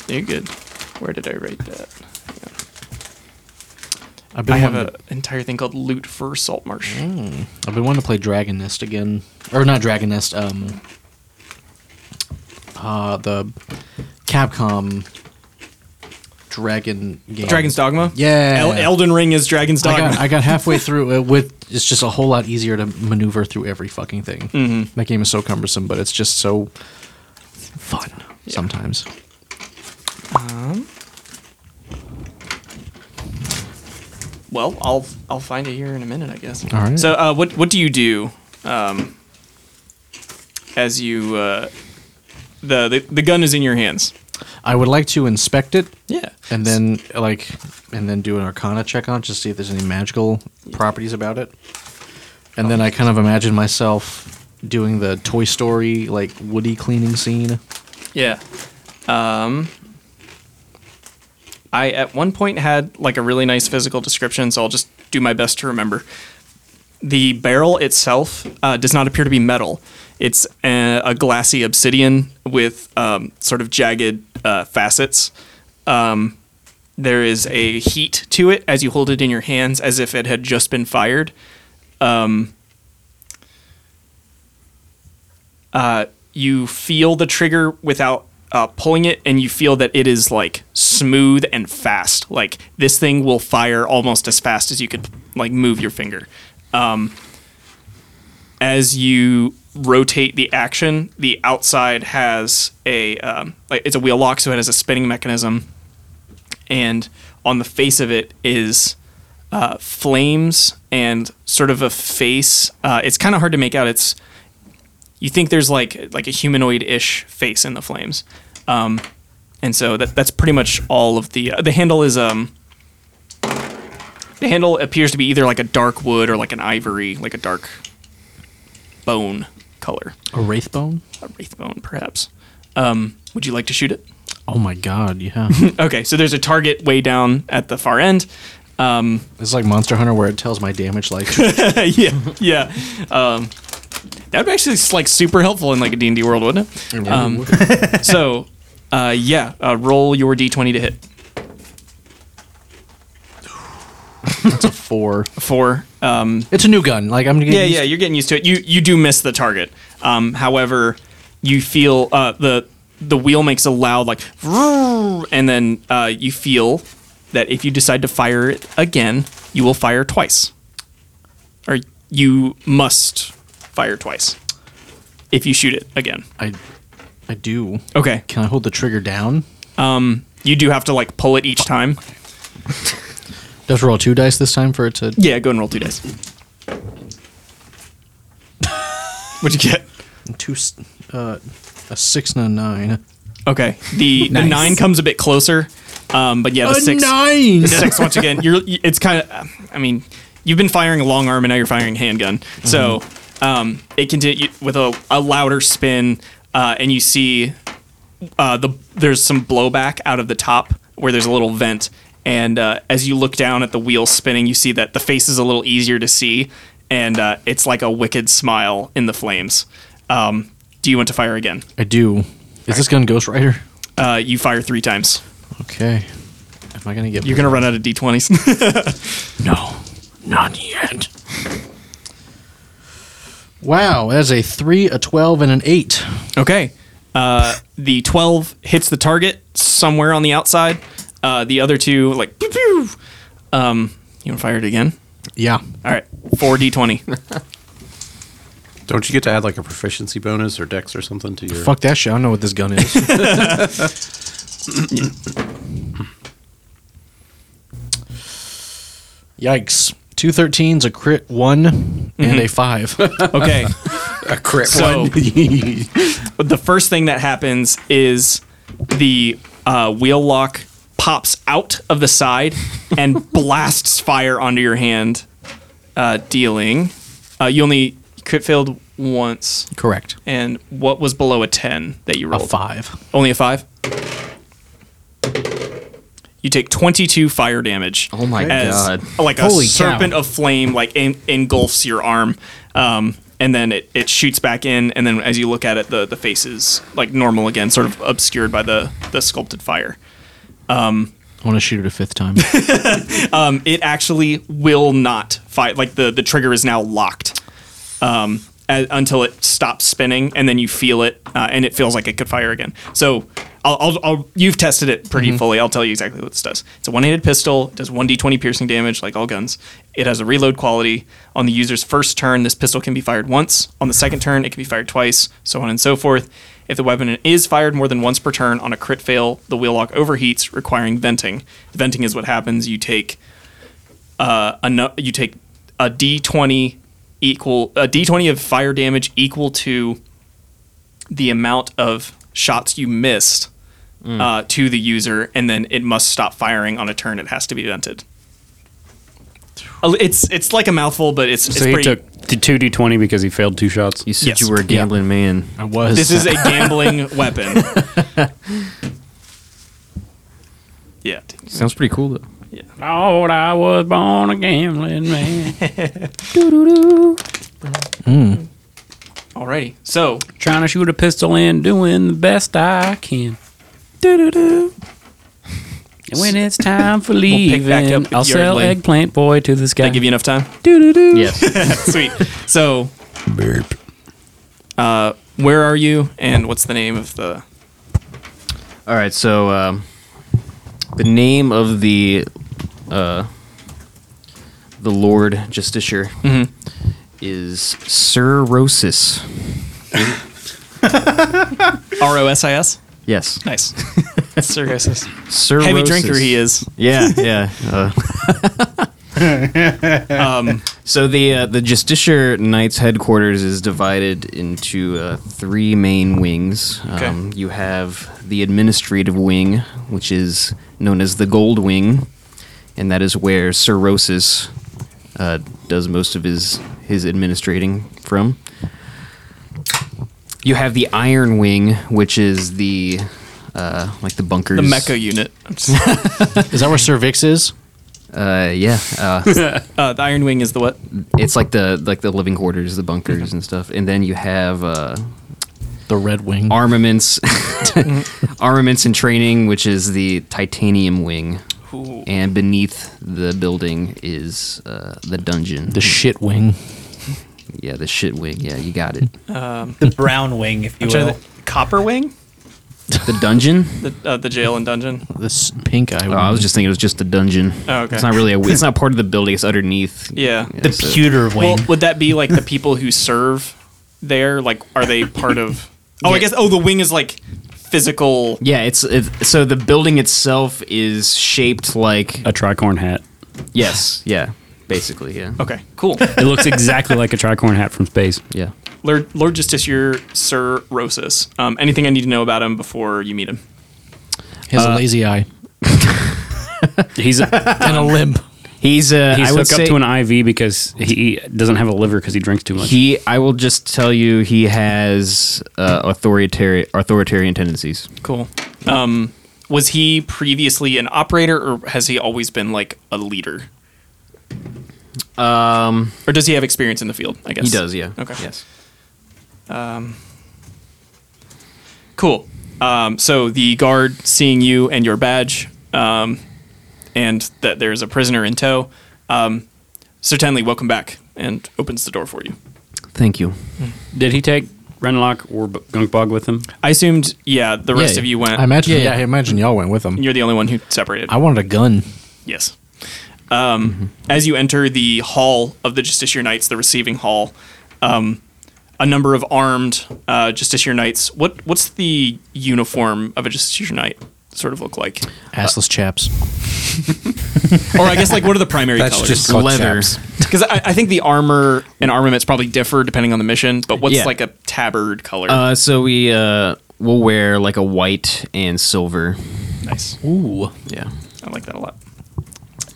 you're good. Where did I write that?
I've been
I have
wanting
an
to-
entire thing called Loot for Salt Marsh.
Mm. I've been wanting to play Dragon Nest again, or not Dragon Nest. Um, uh, the Capcom Dragon game.
Dragon's Dogma?
Yeah. Oh
El- Elden Ring is Dragon's
I
Dogma.
got, I got halfway through it with it's just a whole lot easier to maneuver through every fucking thing. Mm-hmm. That game is so cumbersome, but it's just so fun sometimes.
well, I'll I'll find it here in a minute, I guess.
All right.
So, uh, what what do you do um, as you uh, the, the the gun is in your hands?
I would like to inspect it
Yeah.
and then like and then do an arcana check on it just to see if there's any magical properties about it and then i kind of imagine myself doing the toy story like woody cleaning scene
Yeah. Um, I at one point had like a really nice physical description, so I'll just do my best to remember. The barrel itself uh, does not appear to be metal. It's a, a glassy obsidian with um, sort of jagged uh, facets. Um, there is a heat to it as you hold it in your hands, as if it had just been fired. uh, you feel the trigger without uh, pulling it, and you feel that it is like smooth and fast. Like this thing will fire almost as fast as you could like move your finger. Um, as you rotate the action, the outside has a um, like it's a wheel lock, so it has a spinning mechanism, and on the face of it is uh, flames and sort of a face. Uh, it's kind of hard to make out. It's you think there's like like a humanoid-ish face in the flames, um, and so that that's pretty much all of the uh, the handle is um the handle appears to be either like a dark wood or like an ivory, like a dark bone color,
a wraith bone
a wraith bone perhaps. Um, would you like to shoot it?
oh my god yeah
Okay, so there's a target way down at the far end. Um,
it's like monster hunter where it tells my damage like
yeah, yeah. Um, that'd be actually s- like super helpful in like a D and D world, wouldn't it? Um, so, uh, yeah, uh, roll your D twenty to hit
it's a four
four. Um,
it's a new gun like i'm getting
yeah,
used-
yeah, you're getting used to it. You you do miss the target. Um, however, you feel uh, the the wheel makes a loud like, vroom, and then uh, you feel that if you decide to fire it again, you will fire twice, or you must fire twice if you shoot it again.
i i do
Okay.
can i hold the trigger down
You do have to like pull it each time.
does roll two dice this time for it to
Yeah, go and roll two dice. What'd you get?
two s- uh, a six and a nine
Okay. The the
Nice.
nine comes a bit closer. Um, but yeah, the six
nine
the six once again. You're it's kind of I mean, you've been firing a long arm and now you're firing handgun. So, um, it continue with a, a louder spin uh, and you see uh, the there's some blowback out of the top where there's a little vent, and uh, as you look down at the wheel spinning, you see that the face is a little easier to see, and uh, it's like a wicked smile in the flames. Um, do you want to fire again?
I do. Is this gun Ghost Rider?
Uh, you fire three times.
Okay. Am I gonna get?
You're gonna run out of d20s.
No, not yet. Wow, that's a three, a twelve, and an eight.
okay. Uh, the 12 hits the target somewhere on the outside. Uh, the other two like pew pew. Um, you want to fire it again?
Yeah.
All right, four d20.
Don't you get to add like a proficiency bonus or dex or something to your?
Fuck that shit. I don't know what this gun is. Yikes. Two 13s, a crit one, and a five.
Okay.
A crit
So the first thing that happens is the uh, wheel lock pops out of the side and blasts fire onto your hand, uh, dealing. Uh, you only crit failed once,
Correct.
and what was below a ten that you
A
rolled?
five.
Only a five. You take twenty-two fire damage.
Oh my
as,
God.
Like a
Holy cow.
serpent of flame, like en- engulfs your arm, um, and then it, it shoots back in, and then as you look at it, the the face is like normal again, sort of obscured by the the sculpted fire.
want to shoot it a fifth time.
it actually will not fight. Like the the trigger is now locked um, a- until it stops spinning, and then you feel it, uh, and it feels like it could fire again. So. I'll, I'll, I'll, you've tested it pretty fully. I'll tell you exactly what this does. It's a one-handed pistol. It does 1d20 piercing damage, like all guns. It has a reload quality. On the user's first turn, this pistol can be fired once. On the second turn, it can be fired twice, so on and so forth. If the weapon is fired more than once per turn on a crit fail, the wheel lock overheats, requiring venting. Venting is what happens. You take a nu- uh, you take a d20 equal a d20 of fire damage equal to the amount of shots you missed
Mm.
uh, to the user, and then it must stop firing on a turn. It has to be vented. A li- It's it's like a mouthful, but it's, it's
So he
pretty.
took t- two d twenty because he failed two shots.
You said
Yes.
you were a gambling man.
I was.
this is a gambling weapon. Yeah.
Sounds pretty cool though.
Lord, I was born a gambling man,
Alrighty. So
trying to shoot a pistol and doing the best I can. And when it's time for leaving,
back up with
I'll sell
Yardley.
eggplant boy to this guy.
I give you enough time.
Yes.
Sweet. So, Uh, where are you, and what's the name of the?
All right, so um, the name of the uh, the Lord Justiciar
Mm-hmm.
is Sir Rosis.
R O S I S.
Yes,
Nice. Sir Rosis.
Sir.
Heavy
Rosis.
drinker he is.
Yeah, yeah. Uh. um, so the uh, the Justiciar Knights headquarters is divided into uh, three main wings.
Okay.
Um, You have the administrative wing, which is known as the Gold Wing, and that is where Sir Rosis uh, does most of his his administrating from. You have the Iron Wing, which is the uh, like the bunkers,
The Mecca unit.
is that where Cervix is?
Uh, yeah, uh,
Uh, the Iron Wing is the what?
it's like the like the living quarters, the bunkers and stuff, and then you have uh,
The Red Wing.
armaments, armaments and training, which is the titanium wing,
Ooh.
and beneath the building is uh, the dungeon.
the Shit Wing.
yeah, the shit wing. Yeah, you got it.
The brown wing, if you
Which are
will.
the- Copper Wing?
The dungeon.
The uh, the jail and dungeon.
This pink eye.
Oh, I was just thinking it was just the dungeon.
Oh, okay.
It's not really a. It's not part of the building. It's underneath.
Yeah.
The
so-
pewter wing.
Well, would that be like the people who serve there? Like, are they part of? Oh, I
Yeah.
guess. Oh, the wing is like physical.
Yeah, it's, it's so the building itself is shaped like
a tricorn hat.
yes, yeah, basically, yeah,
Okay. Cool.
It looks exactly like a tricorn hat from space.
yeah.
Lord, Lord Justiciar Sir Rosas. Um, anything I need to know about him before you meet him?
He has a lazy eye
He's a,
and a limp.
He's uh,
he's
I would
hooked
say
up to an IV because he doesn't have a liver because he drinks too much.
He, I will just tell you, he has uh, authoritarian authoritarian tendencies.
Cool. Um, was he previously an operator, or has he always been like a leader? Um, or does he have experience in the field? I guess
He does, yeah.
Okay. Um,
Yes.
Cool. Um, so the guard, seeing you and your badge, um, and that there's a prisoner in tow, um, certainly welcome back, and opens the door for you.
Thank you.
Did he take Renlock or B- Gunkbog with him?
I assumed, yeah, the rest
Yeah,
of you went.
I imagine. Yeah, I imagine y'all went with him.
You're the only one who separated.
I wanted a gun.
Yes. Um, As you enter the hall of the Justiciar Knights, the receiving hall, um, a number of armed uh, Justiciar Knights. What what's the uniform of a Justiciar Knight sort of look like?
Assless chaps.
Or I guess like what are the primary
That's
colors?
just called
leather.
chaps.
Because I, I think the armor and armaments probably differ depending on the mission. But what's
Yeah.
like a tabard color?
Uh, so we uh, will wear like a white and silver.
nice.
Ooh.
Yeah.
I like that a lot.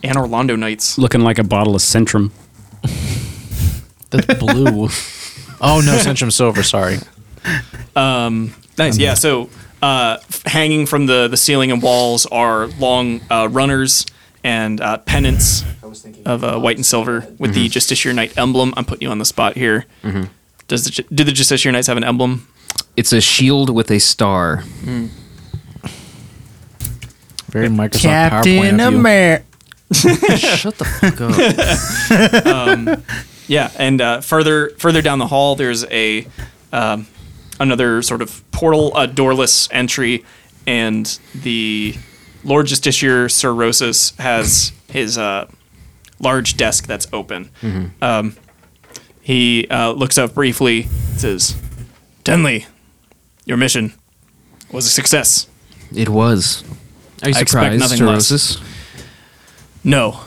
And Orlando Knights.
Looking like a bottle of Centrum.
That's blue. oh no, Centrum Silver. Sorry.
Nice. Yeah. So uh, f- hanging from the, the ceiling and walls are long uh, runners and uh, pennants of uh, white and silver with the Justiciar Knight emblem. I'm putting you on the spot here. Does the, Ju- do the Justiciar Knights have an emblem?
It's a shield with a star.
Very Microsoft
Captain
PowerPoint. of you.
America.
Shut the fuck up.
Yeah, and uh, further further down the hall, there's a um, another sort of portal, a doorless entry, and the Lord Justiciar Sir Rosas has his uh, large desk that's open. Um, he uh, looks up briefly, says, "Tenley, your mission was a success.
It was. Are you
I expect
surprised,
nothing less.
Cirrhosis?
No,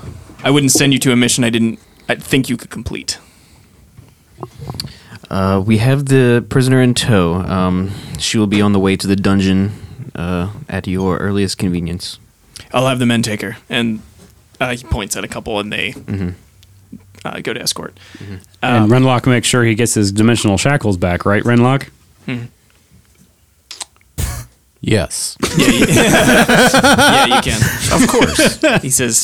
I wouldn't send you to a mission I didn't. I think you could complete."
Uh, we have the prisoner in tow. Um, she will be on the way to the dungeon uh, at your earliest convenience.
I'll have the men take her. And uh, he points at a couple and they
Mm-hmm.
uh, go to escort.
and Renlock makes sure he gets his dimensional shackles back, right, Renlock?
Yes.
Yeah, you can. of course. He says,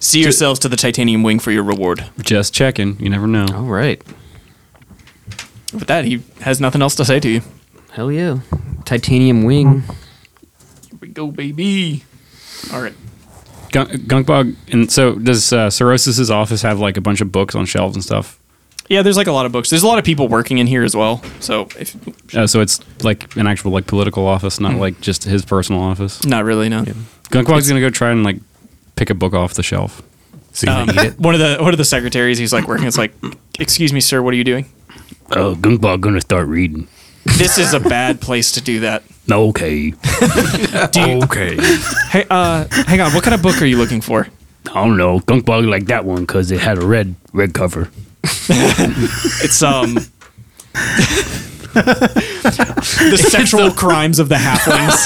See yourselves to the titanium wing for your reward.
Just checking. You never know.
All right.
With that, he has nothing else to say to you.
Hell yeah. Titanium wing.
Here we go, baby. All right.
Gunk, Gunkbog, and so does uh, Cirrhosis's office have like a bunch of books on shelves and stuff?
Yeah, there's like a lot of books. There's a lot of people working in here as well. So, if
Uh, so it's like an actual like political office, not like just his personal office.
not really, no.
Gunkbog's gonna go try and like pick a book off the shelf.
So you
Um, one of the one of the secretaries, he's like working. It's like, excuse me, sir, what are you doing?
Oh, Gunkbog gonna start reading.
This is a bad place to do that.
Okay. okay.
Hey, uh, hang on. What kind of book are you looking for?
I don't know. Gunkbog like that one because it had a red red cover.
It's um the sexual crimes of the halflings.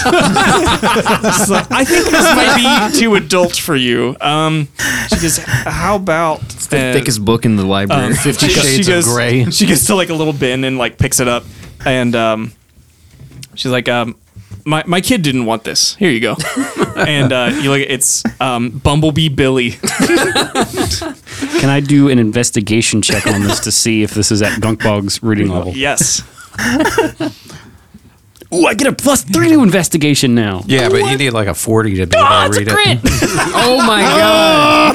It's like, I think this might be too adult for you. Um, she goes, "How about
The
uh,
thickest book in the library.
Fifty
Shades of Grey.
She gets to like a little bin and like picks it up, and um, she's like, um, "My my kid didn't want this. Here you go." and uh, you look, it's um, Bumblebee Billy.
Can I do an investigation check on this to see if this is at Gunkbog's reading level?
yes.
Ooh, I get a plus three to investigation now.
yeah, but you need like a 40 to be able to read it.
oh my god.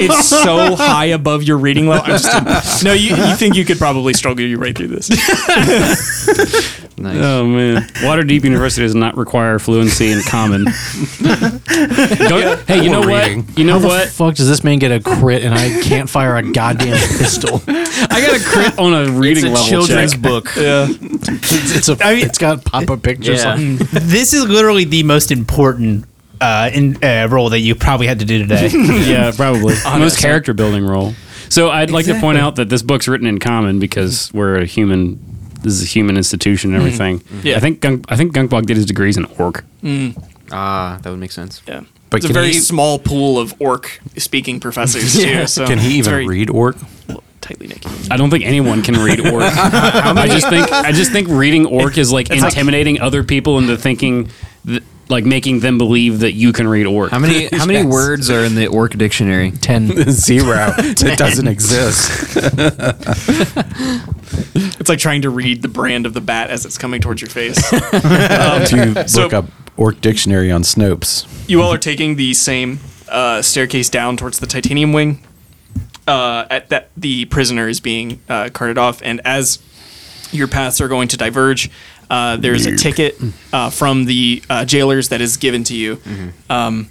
it's so high above your reading level. I'm just, no, you, you think you could probably struggle your way through this.
Nice.
Oh man, Waterdeep University does not require fluency in common. Gun- hey, you know
reading.
what? You know
How the
what?
fuck does this man get a crit and I can't fire a goddamn pistol?
I got a crit on a reading level
children's
check.
book.
It's a, it's got pop-up pictures.
Yeah.
on it.
this is literally the most important uh, in, uh, role that you probably had to do today.
yeah, probably. Most character building role. So I'd like to point
Exactly.
out that this book's written in common because we're a human. This is a human institution
Mm-hmm.
and everything.
Yeah.
I think Gunk, I think Gunkbog did his degrees in orc.
Ah, that would make sense.
Yeah.
But
it's a
can
very
he-
small pool of orc speaking professors too. So
Can he
it's
even
very
read orc?
Tightly naked.
I don't think anyone can read orc. I just think I just think reading orc is like intimidating other people into thinking, th- like making them believe that you can read orc.
How many how many words are in the orc dictionary?
Ten.
Zero. it doesn't exist.
It's like trying to read the brand of the bat as it's coming towards your face.
to
so-
look up orc dictionary on Snopes.
you all are taking the same uh, staircase down towards the titanium wing. Uh, at that, the prisoner is being uh, carted off, and as your paths are going to diverge, uh, there's a ticket uh, from the uh, jailers that is given to you um,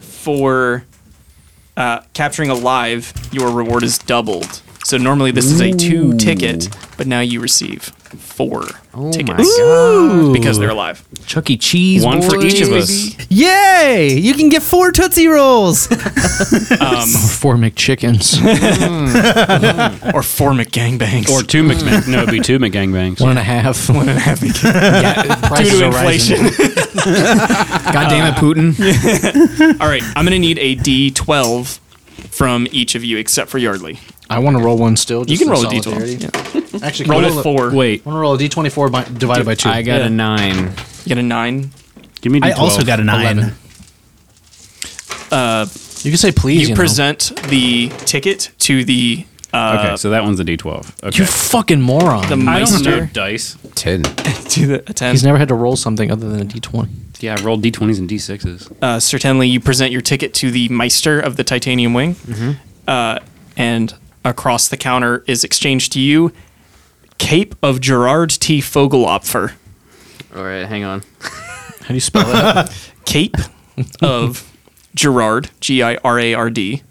for uh, capturing alive. Your reward is doubled. So normally this is a two ticket, but now you receive four
Oh
tickets
my god.
because they're alive.
Chuck E. Cheese.
One for each of
boys.
us.
Yay! You can get four Tootsie Rolls.
Um,
Four McChickens.
Or four McGangbangs.
Or two McMan. no, it'd be two McGangbangs.
One and a half. One and a half.
due
Prices
to
are rising.
inflation.
God damn it, Putin.
All right, I'm gonna need a D12 from each of you except for Yardley.
I want to roll one still.
You
Just
can
in
roll a
solidarity.
D12. Yeah.
Actually, can
Roll
I
a four.
Wait,
I want to roll a d24 by, divided by two.
I got
Yeah.
a nine.
You get a nine.
give me.
I
D12.
also got a nine.
Eleven. you can say please.
You
You, know.
present the ticket to the uh,
Okay, so that one's a D12. Okay.
You fucking moron.
the
I don't know
Meister.
dice.
Ten.
to the a ten.
He's never had to roll something other than a d20.
Yeah, I rolled d20s and d6s.
uh, Sir Tenley, you present your ticket to the Meister of the Titanium Wing,
Mm-hmm.
uh, and across the counter is exchanged to you Cape of Gerard T. Fogelopfer.
All right, hang on.
How do you spell that?
Cape of Gerard, G I R A R D,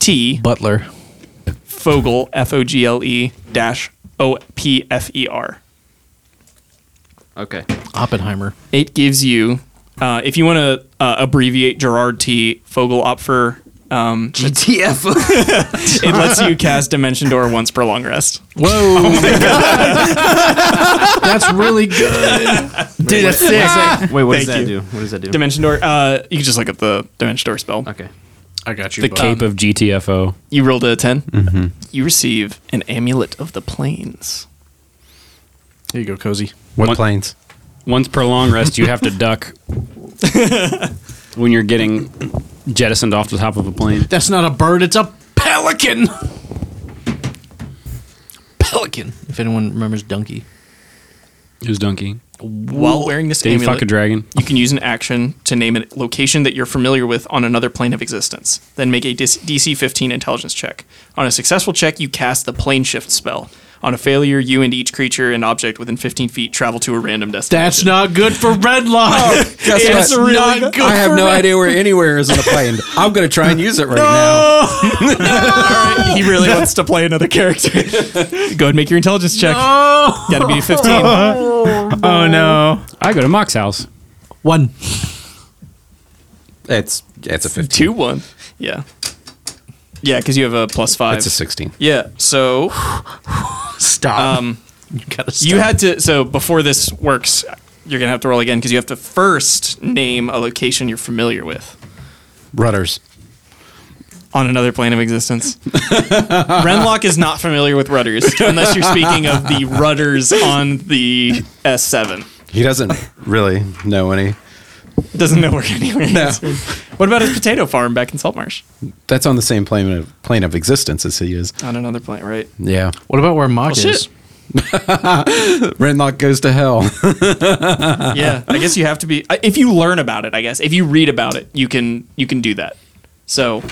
T.
Butler.
Fogel, F O G L E dash O P F E R.
Okay.
Oppenheimer.
It gives you, uh, if you want to uh, abbreviate Gerard T. Fogel Opfer, um,
GTF.
it lets you cast Dimension Door once per long rest. Oh
Whoa! that's really good.
Dude, that's sick.
Wait, what does
Thank
that
you.
do? What does that do?
Dimension Door. Uh, you can just look up the Dimension Door spell.
Okay.
I got you.
The
bud.
cape
of GTFO.
You rolled a 10. You receive an amulet of the planes.
Here you go, cozy.
What planes?
Once per long rest, you have to duck when you're getting jettisoned off the top of a plane.
That's not a bird. It's a pelican. Pelican. If anyone remembers Donkey.
Who's donkey?
While wearing this
Did he
amulet,
fuck a dragon?
you can use an action to name a location that you're familiar with on another plane of existence. Then make a dis- DC 15 intelligence check. On a successful check, you cast the plane shift spell. On a failure, you and each creature and object within 15 feet travel to a random destination.
That's not good for
Oh,
Redlock.
Guess
It's
what?
really
Not
good
I have
for
no
me.
idea where anywhere is on a plane. I'm gonna try and use it right
he really wants to play another character. Go ahead and make your intelligence check. Gotta be a 15.
Oh no.
I go to Mock's house.
One.
now. It's it's a 15.
2 1. Yeah. Yeah, because you have a plus 5.
It's a 16.
Yeah, so
Stop. Um, you gotta stop.
you had to. So before this works, you're going to have to roll again because you have to first name a location you're familiar with
Rudders.
on another plane of existence. Renlock is not familiar with rudders unless you're speaking of the rudders on the S7.
He doesn't really know any.
Doesn't know where anywhere. No. What about his potato farm back in Saltmarsh?
That's on the same plane of plane of existence as he is.
On another plane, right?
Yeah.
What about where Mock
Well, Oh,
is?
shit.
Renlock goes to hell.
yeah i guess you have to be I- if you learn about it i guess if you read about it you can you can do that so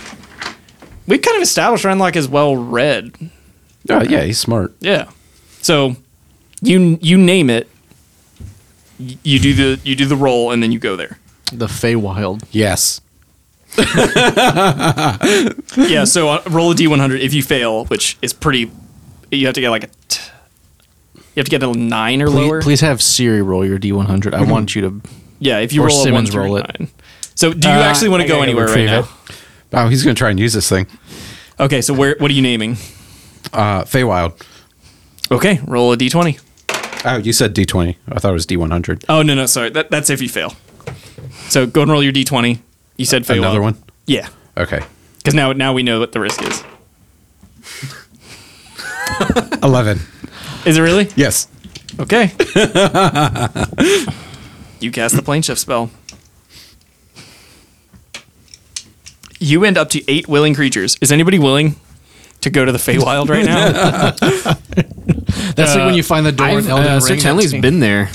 we kind of established renlock is well read
oh, yeah, he's smart.
yeah so you you name it y- you do the you do the roll and then you go there
The Feywild.
Yes.
yeah so uh, roll a d100 if you fail which is pretty you have to get like a t- you have to get a nine or
Please,
lower
please have Siri roll your D100. I want you to.
yeah if you
or
roll a
Simmons
one roll
roll
it
it. Uh,
nine. so do you actually want to go anywhere right now
Oh, he's gonna try and use this thing.
okay so where what are you naming
Uh, Feywild.
okay roll a d20
Oh, you said D20. I thought it was D100.
Oh no no sorry that, that's if you fail. So go and roll your d20. You said fail.
Another one.
Yeah,
Okay.
because now now we know what the risk is.
Eleven.
Is it really?
Yes.
Okay. you cast the plane shift spell. You end up to eight willing creatures. Is anybody willing to go to the Feywild right now?
That's like when you find the door in Elden Ring.
Uh, Sir Tenley's
that's-
been there.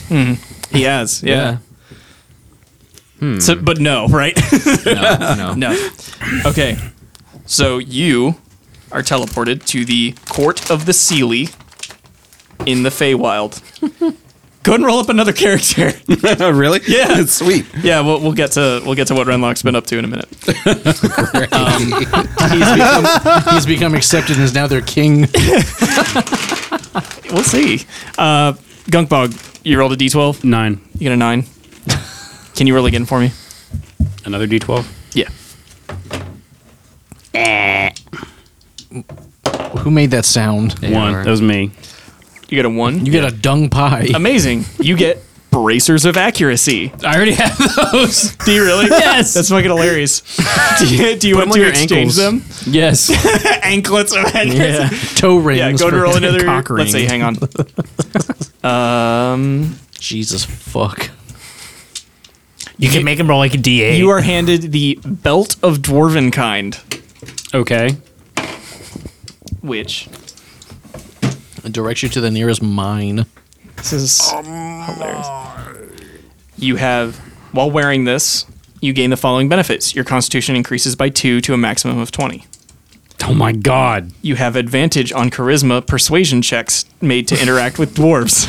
he has. Yeah. So, but no, right?
No, no.
No. Okay. So you are teleported to the Court of the Sealy in the Feywild. Go ahead and roll up another character.
really?
Yeah.
Sweet.
yeah, we'll, we'll get to we'll get to what Renlock's been up to in a minute.
He's become accepted and is now their king.
We'll see. Uh, Gunkbog, you rolled a d12.
Nine.
You get a nine. Can you roll again for me?
Another d12.
Yeah.
Who made that sound?
One.
right.
That was me.
You get a one.
You get a dung pie.
Amazing. You get bracers of accuracy.
I already have those.
Do you really? yes. That's fucking hilarious. do you, do you want
on
to
your
exchange
ankles.
them?
yes.
Anklets of accuracy.
Toe rings.
Yeah, go to
for-
roll another.
cock ring.
Let's say, hang on. um,
Jesus fuck.
You can make him roll like a D8.
you are handed the belt of dwarven kind,
Okay.
which
It directs you to the nearest mine.
This is hilarious. Um, You have, while wearing this, you gain the following benefits. Your constitution increases by two to a maximum of 20.
Oh my god.
You have advantage on charisma persuasion checks made to interact with dwarves.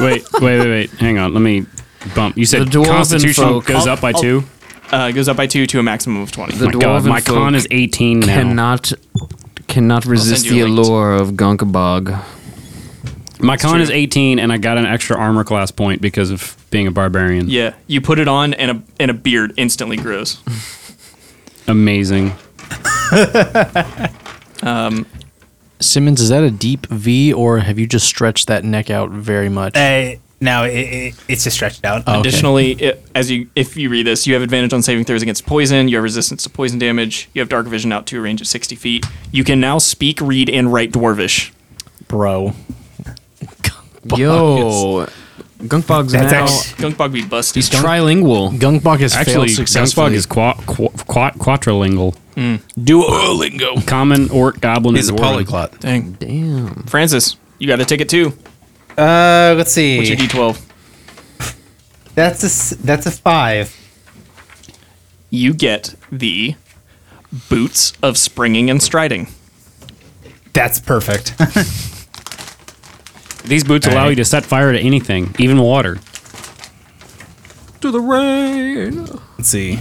wait, wait, wait, wait. Hang on. Let me bump. You said Constitution goes up by two.
Uh, goes up by two to a maximum of 20.
The My God, dwarven my con folk is 18 now.
Cannot cannot resist
send
the
you a link.
allure of Gonkabog.
My con is 18, and I got an extra armor class point because of being a barbarian.
Yeah, you put it on and a and a beard instantly grows.
Amazing.
um,
Simmons, is that a deep V or have you just stretched that neck out very much?
Uh, no, it, it, it's just stretched out.
Oh,
Additionally, i as you if you read this, you have advantage on saving throws against poison. You have resistance to poison damage. You have dark vision out to a range of sixty feet. You can now speak, read, and write dwarvish.
Bro.
Yo, Gunkbog's
That's
now.
actually-
Gunkbog be busted.
He's trilingual.
Gunkbog has
Actually,
failed successfully.
Gunsfog is qua, qua, qua, quadrilingual.
Duolingo.
Common orc goblin.
He's
and
a
dwarven.
polyglot. Dang, damn. Francis, you got a ticket too.
Uh, let's see.
What's your D twelve?
That's a s- that's a five.
You get the boots of springing and striding.
That's perfect.
These boots allow you to set fire to anything, even water.
To the rain.
Let's see.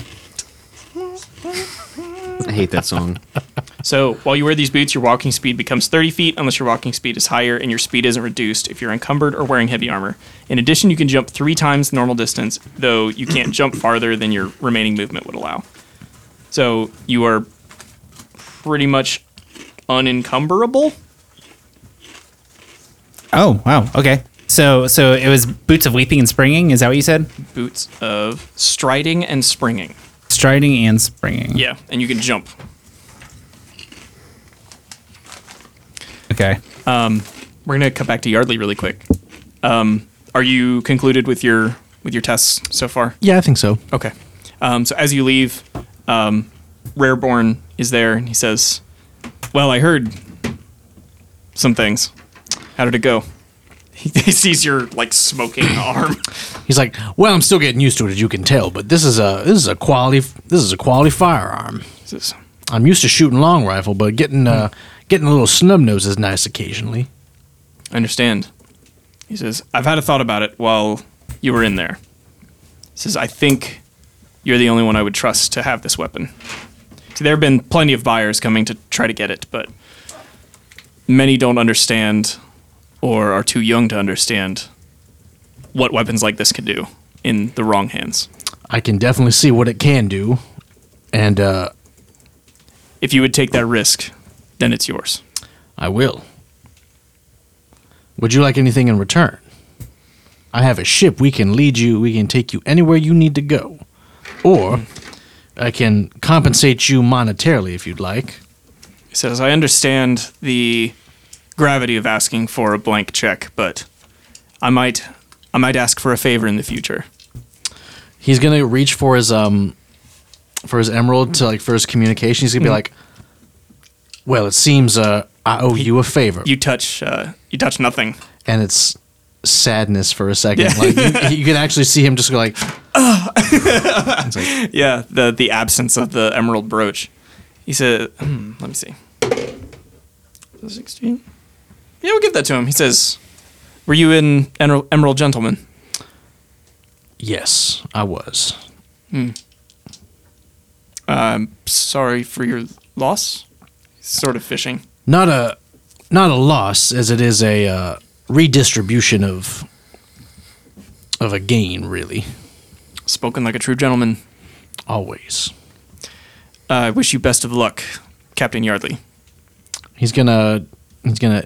I hate that song.
So while you wear these boots, your walking speed becomes 30 feet unless your walking speed is higher and your speed isn't reduced if you're encumbered or wearing heavy armor. In addition, you can jump three times the normal distance, though you can't jump farther than your remaining movement would allow. So you are pretty much unencumberable.
Oh wow. Okay. So so it was boots of leaping and springing. Is that what you said?
Boots of striding and springing.
Striding and springing.
Yeah, and you can jump.
Okay.
Um, we're gonna cut back to Yardley really quick. Um, are you concluded with your with your tests so far?
Yeah, I think so.
Okay. Um, so as you leave, um, Rareborn is there, and he says, "Well, I heard some things. How did it go?" He, he sees your like smoking arm.
He's like, well, I'm still getting used to it, as you can tell, but this is a this is a quality this is a quality firearm.
This-
I'm used to shooting long rifle, but getting uh, getting a little snub nose is nice occasionally.
I understand. He says, "I've had a thought about it while you were in there." He says, "I think you're the only one I would trust to have this weapon." See, there have been plenty of buyers coming to try to get it, but many don't understand or are too young to understand what weapons like this can do in the wrong hands.
I can definitely see what it can do, and uh,
If you would take that risk, then it's yours.
I will. Would you like anything in return? I have a ship. We can lead you. We can take you anywhere you need to go, or I can compensate you monetarily if you'd like.
He says, I understand the gravity of asking for a blank check, but I might I might ask for a favor in the future.
He's gonna reach for his um for his emerald to like for his communication. He's gonna
Mm-hmm.
be
Mhm.
like,
Well, it seems uh, I owe you a favor,
You touch uh, you touch nothing.
and it's sadness for a second.
Yeah.
Like you, you can actually see him just go like,
yeah, the the absence of the emerald brooch. He said, hmm, let me see. Is it 16? Yeah, we'll give that to him. He says, Were you in Emer- Emerald Gentleman?
"Yes, I was."
Hmm. I'm sorry for your loss. He's sort of fishing.
not a not a loss as it is a uh, redistribution of of a gain really
Spoken like a true gentleman.
always
Uh, I wish you best of luck, Captain Yardley.
he's gonna he's gonna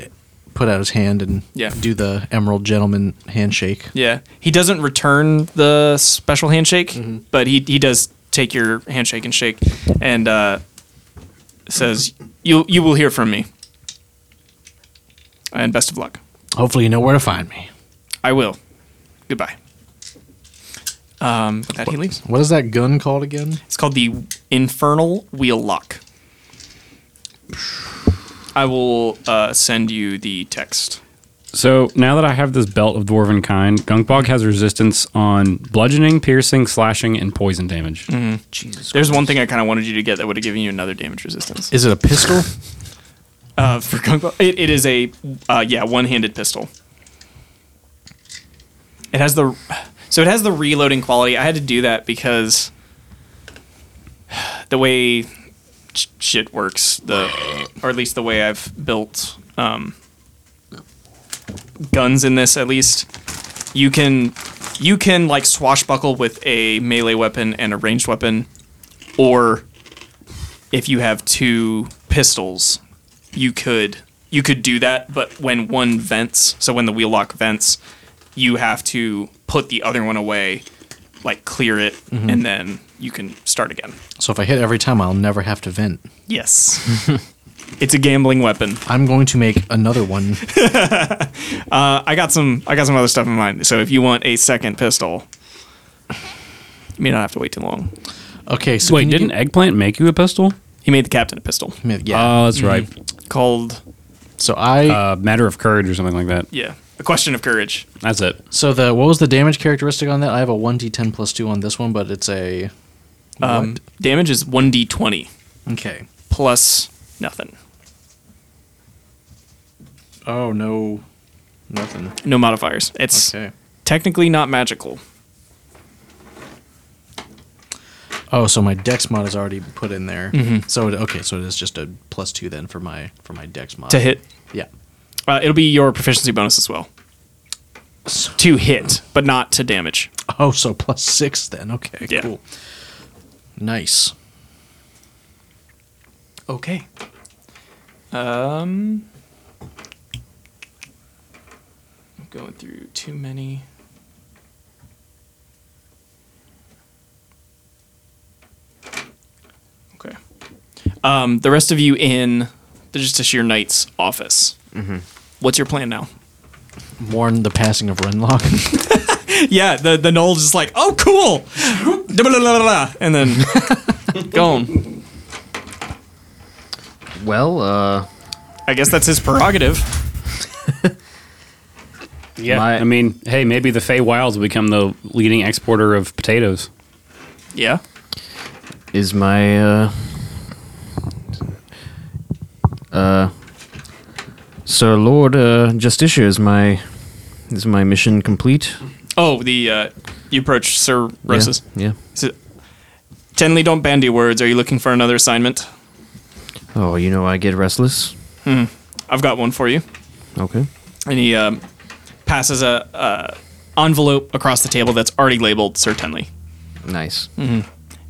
put out his hand and
Yeah.
do the emerald gentleman handshake
Yeah, he doesn't return the special handshake, but he he does take your handshake and shake, and uh, says you you will hear from me. And best of luck.
hopefully you know where to find me
I will. Goodbye. Um, with that he leaves.
what is that gun called again
It's called the Infernal Wheel Lock. I will uh, send you the text.
So now that I have this belt of dwarven kind, Gunkbog has resistance on bludgeoning, piercing, slashing, and poison damage.
Jesus. There's one thing I kind of wanted you to get that would have given you another damage resistance.
Is it a pistol?
uh, for Gunkball, it, it is a uh, yeah one-handed pistol. It has the so it has the reloading quality. I had to do that because the way sh- shit works, the or at least the way I've built um, guns in this, at least you can you can like swashbuckle with a melee weapon and a ranged weapon, or if you have two pistols, you could you could do that, but when one vents, so when the wheel lock vents, you have to put the other one away, like clear it,
Mhm.
and then you can start again.
So if I hit every time, I'll never have to vent.
Yes. it's a gambling weapon.
I'm going to make another one.
Uh, I got some I got some other stuff in mind. So if you want a second pistol, you may not have to wait too long.
Okay.
So Wait, didn't Eggplant make you a pistol?
He made the captain a pistol.
Yeah. Oh, that's right.
Called.
So I
uh, matter of courage or something like that.
Yeah. A question of courage.
That's it.
So the what was the damage characteristic on that? I have a one d10 plus two on this one, but it's a
Um, damage is 1d20.
Okay.
Plus nothing.
Oh no, nothing.
No modifiers. It's technically not magical.
Oh, so my dex mod is already put in there.
Mm-hmm.
Mhm.
So it, okay, so it is just a plus two then for my for my dex mod
To hit?
Yeah.
Uh, it'll be your proficiency bonus as well. To hit, but not to damage.
Oh, so plus six then. Okay, cool. Nice.
Okay. Um, I'm going through too many. Okay. Um, the rest of you in the Justiciar Knight's office.
Mhm.
What's your plan now?
Warn the passing of Renlock.
yeah, the the knoll's just like, oh, cool, Da-ba-la-la-la-la, and then gone.
Well, uh,
I guess that's his prerogative.
Yeah. I mean, hey, maybe the Fey Wilds become the leading exporter of potatoes.
Yeah.
is my uh uh Sir Lord uh Justiciar is my is my mission complete?
Oh, the uh, you approach Sir Roses.
yeah.
So, Tenley, don't bandy words. Are you looking for another assignment?
Oh, you know I get restless.
Hmm. I've got one for you.
Okay.
And he um, passes a uh, envelope across the table that's already labeled Sir Tenley.
Nice.
hmm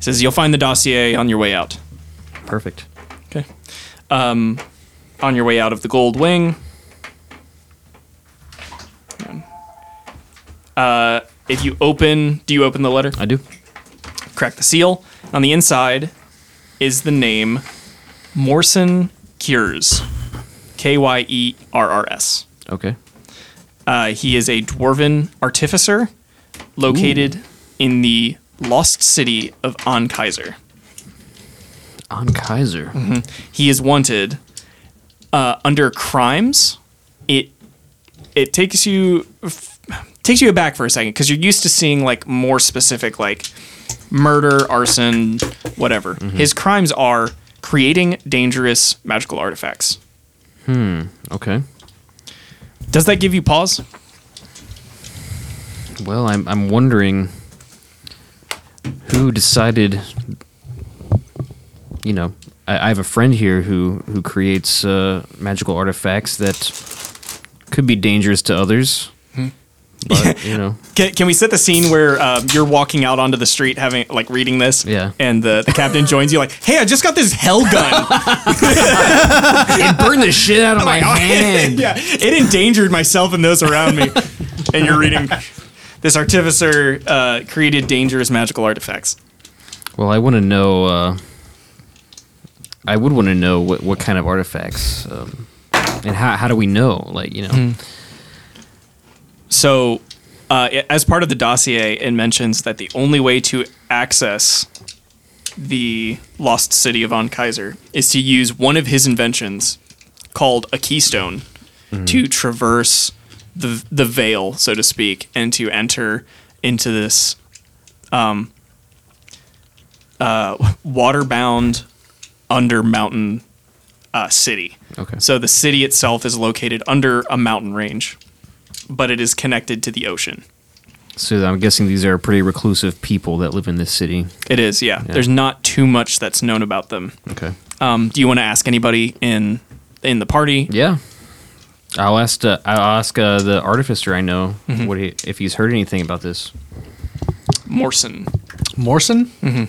He says you'll find the dossier on your way out.
Perfect.
Okay. Um, on your way out of the Gold Wing. Uh, if you open, do you open the letter?
I do.
Crack the seal. On the inside is the name Morson Cures. K Y E R R S.
Okay.
Uh, he is a dwarven artificer located in the lost city of Ankaiser.
On Kaiser.
Mhm. He is wanted uh, under crimes. It it takes you f- takes you aback for a second because you're used to seeing like more specific like murder, arson, whatever. His crimes are creating dangerous magical artifacts.
Hmm. Okay.
Does that give you pause?
Well, I'm I'm wondering who decided. You know, I, I have a friend here who who creates uh, magical artifacts that could be dangerous to others.
Hmm.
But you know,
Can, can we set the scene where um, you're walking out onto the street, having like reading this,
Yeah.
and the, the captain joins you, like, "Hey, I just got this hell gun.
it burned the shit out of my hand.
yeah, it endangered myself and those around me." and you're reading, "This artificer uh, created dangerous magical artifacts."
Well, I want to know. Uh, I would want to know what, what kind of artifacts, um, and how how do we know? Like you know,
Hmm. So, uh, i- as part of the dossier, it mentions that the only way to access the lost city of Von Kaiser is to use one of his inventions called a keystone to traverse the the veil, so to speak, and to enter into this um, uh, waterbound under mountain uh, city.
Okay.
So the city itself is located under a mountain range, but it is connected to the ocean.
So I'm guessing these are pretty reclusive people that live in this city.
It is, yeah.
Yeah.
There's not too much that's known about them.
Okay.
Um, do you want to ask anybody in in the party?
Yeah. I'll ask. Uh, I'll ask uh, the artificer I know
Mhm.
what he, if he's heard anything about this.
Morson.
Morrison?
Mm-hmm.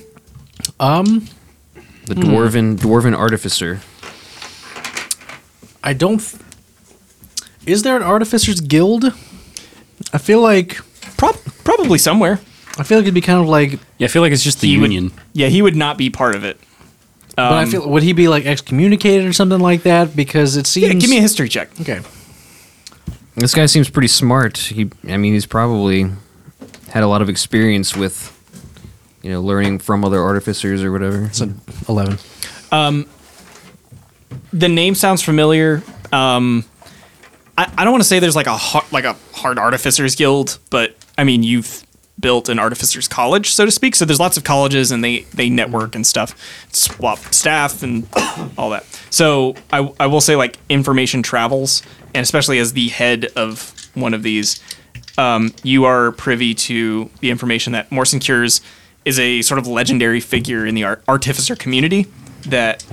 Um,
The
Hmm.
dwarven dwarven artificer.
I don't. F- is there an artificers guild? I feel like
prob- probably somewhere.
I feel like it'd be kind of like.
Yeah, I feel like it's just
the
He would-
union.
yeah, he would not be part of it.
but I
Um,
feel would he be like excommunicated or something like that because it seems.
yeah, give me a history check.
Okay.
This guy seems pretty smart. He, I mean, he's probably had a lot of experience with, you know, learning from other artificers or whatever.
Eleven.
Um, the name sounds familiar. Um, I, I don't want to say there's like a hard, like a hard artificers guild, but I mean you've built an artificers college, so to speak. So there's lots of colleges and they they network and stuff, swap staff and all that. So I I will say like information travels, and especially as the head of one of these, um, you are privy to the information that Morrison Cures is a sort of legendary figure in the art- artificer community that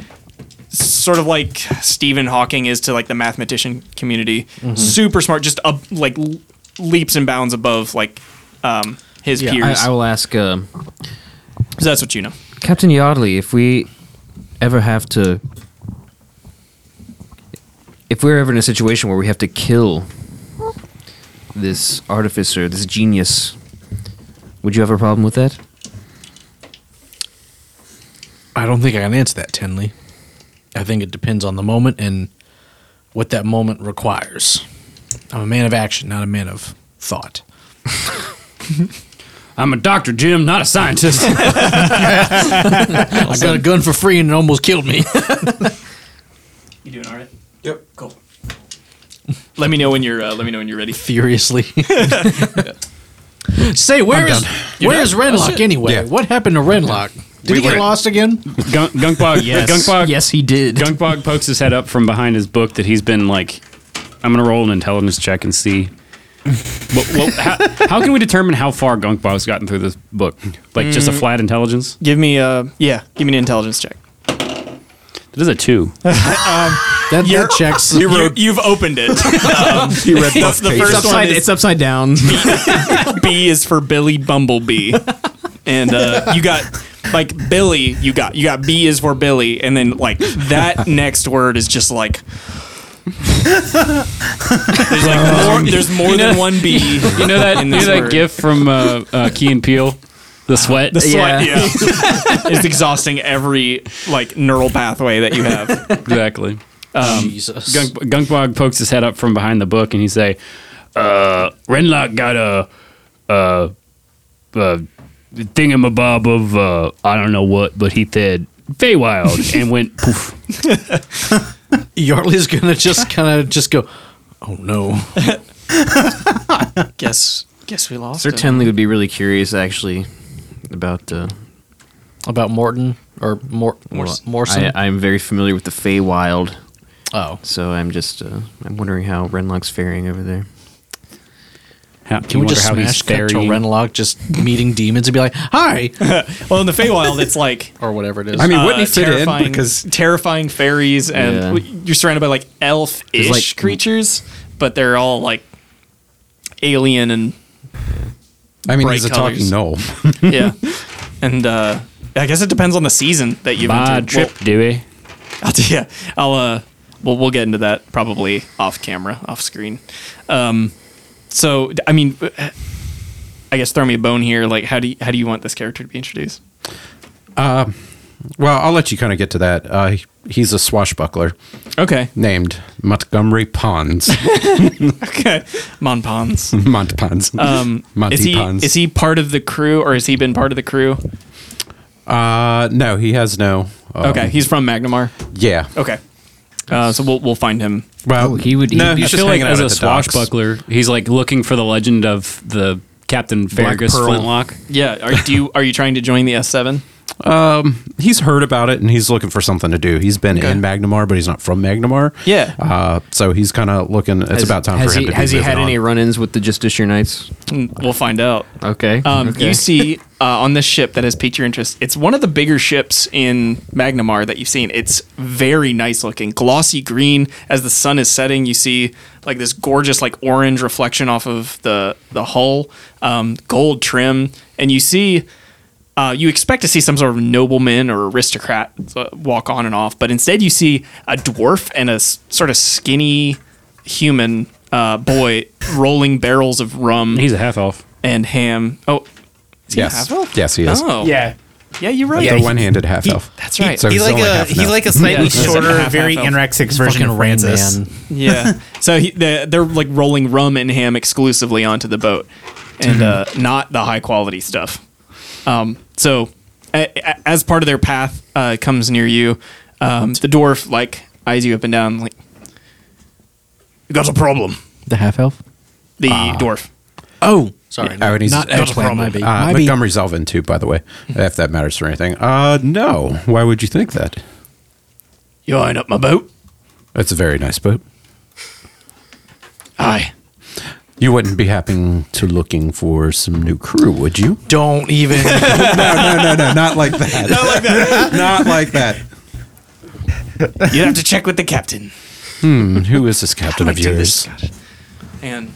sort of like Stephen Hawking is to like the mathematician community.
Mm-hmm.
Mhm.
Super smart, just up like l- leaps and bounds above like um, his
Yeah, I-
peers.
I, will ask um
so that's what you know.
Captain Yardley if we ever have to, if we're ever in a situation where we have to kill this artificer, this genius, would you have a problem with that?
I don't think I can answer that, Tenley. I think it depends on the moment and what that moment requires. I'm a man of action, not a man of thought.
I'm a doctor, Jim, not a scientist.
I got a gun for free and it almost killed me.
You doing all right? Yep. Cool. Let me know when you're. Uh, let me know when you're ready.
Furiously. Say, where is
You're
where
done?
is
Oh,
Renlock
shit.
anyway? What happened to Renlock? Did
We
he get
were-
lost again?
Gunk, Gunkbog,
Yes.
Gunkbog,
yes, he did.
Gunkbog pokes his head up from behind his book that he's been like. I'm gonna roll an intelligence check and see. what, what, how, how can we determine how far Gunkbog's gotten through this book? Like just a
Mm.
flat intelligence?
Give me a yeah. Give me an intelligence check.
That is a two.
That,
You're-
checks.
You have opened it. Um,
You read
that's
both
the
pages.
first
It's
one.
upside-
Is,
it's
upside down. B, B is for Billy Bumblebee, and uh, you got like Billy. You got you got B is for Billy, and then like that next word is just like there's like more, there's more
You know-
than one B.
You know that
in
you know
this
that
word.
gif from uh, uh, Key and Peele, the sweat.
The sweat, yeah, it's exhausting every like neural pathway that you have.
exactly. Um,
Jesus.
Gunk, Gunkbog pokes his head up from behind the book and he say, uh, "Renlock got a, uh, uh, thingamabob of uh, I don't know what, but he said Feywild and went poof."
Yardley's gonna just kind of just go. Oh no!
guess guess we lost.
Sir
him.
Tenley would be really curious, actually, about. Uh,
About Morton or Mor- Mor-
well,
Morrison?
I, I'm very familiar with the Feywild.
Oh,
so I'm just uh, I'm wondering how Renlock's faring over there.
How,
Can we just smash cut to Renlock just meeting demons and be like, "Hi"?
well, in the Feywild, it's like
or whatever it is.
I mean, wouldn't he
uh,
fit in?
terrifying,
Because-
terrifying fairies, and
Yeah.
w- you're surrounded by like elf-ish
There's, like-
creatures, but they're all like alien and.
I mean,
bright
he's a talking
colors.
no.
yeah, and uh, I guess it depends on the season that you've
Bad
entered.
trip, Dewey.
I'll, yeah, I'll uh, we'll we'll get into that probably off camera, off screen. Um, so d- I mean, uh, I guess throw me a bone here. Like, how do you, how do you want this character to be introduced?
Uh, well, I'll let you kind of get to that. Uh, he- he's a swashbuckler.
Okay.
Named Montgomery Pons.
okay. Mon Pons.
Mont Pons.
Um,
Monty
is he
Pons.
is he part of the crew or has he been part of the crew?
uh, no, he has no. um, Oh.
okay, he's from Magnamar.
Yeah.
Okay, Uh, so we'll we'll find him.
Well,
he would.
no,
he,
he's
I
just
feel like
hanging out
as
at
a
the docks.
swashbuckler, he's like looking for the legend of the Captain
Black
Fergus
Pearl.
Flintlock.
Yeah. Are do you are you trying to join the S seven?
Um, he's heard about it and he's looking for something to do. He's been in Magnamar, but he's not from Magnamar.
Yeah.
Uh, so he's kind of looking. It's
Has-
about time
has
for him
he,
to.
Has
be
he had
moving on.
any run-ins with the Justiciar Knights?
Mm, We'll find out.
Okay.
Um,
okay.
You see uh, on this ship that has piqued your interest. It's one of the bigger ships in Magnamar that you've seen. It's very nice looking, glossy green. As the sun is setting, you see like this gorgeous like orange reflection off of the the hull, um, gold trim, and you see. Uh, you expect to see some sort of nobleman or aristocrat uh, walk on and off, but instead you see a dwarf and a s- sort of skinny human uh, boy rolling barrels of rum.
He's a half elf
and ham. Oh, is he a
Yes.
half-elf?
Yes, he is.
Oh.
Yeah.
Yeah, you're right.
Like the one-handed half elf.
That's right.
So
he's
he's
like
only
a
half
he's
elf.
like a slightly
Yeah.
shorter,
Half
very
elf.
anorexic version of Francis.
yeah. So he, they're, they're like rolling rum and ham exclusively onto the boat, and uh,
Mm-hmm.
not the high quality stuff. Um, so, a, a- as part of their path uh, comes near you, um, the dwarf like eyes you up and down. Like
You got a problem.
The half elf.
the
Ah.
dwarf.
Oh, sorry.
Oh, and he's
not eggplant. Might be.
Uh,
might be.
Montgomery's Elvin too, by the way, if that matters for anything. Uh, no. Why would you think that?
You eyeing up my boat?
It's a very nice boat.
Aye.
You wouldn't be happy to looking for some new crew, would you?
Don't even.
no, no, no, no, not like that. not like that. not like that.
You'd have to check with the captain.
Hmm, who is this captain of yours?
And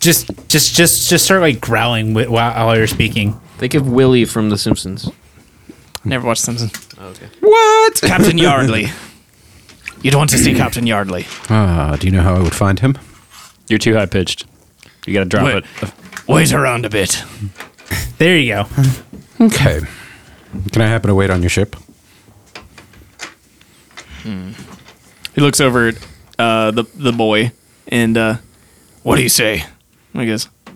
Just just just just start like growling wi- while, while you're speaking.
Think of Willie from The Simpsons.
never watched Simpson.
Okay.
What?
Captain Yardley. You'd want to see Captain Yardley.
Ah, do you know how I would find him?
You're too high pitched. You got to drop
Wait.
it.
Wait around a bit.
There you go.
Okay. Can I happen to wait on your ship?
He looks over at uh, the the boy and uh, what do you say? And He goes, hmm.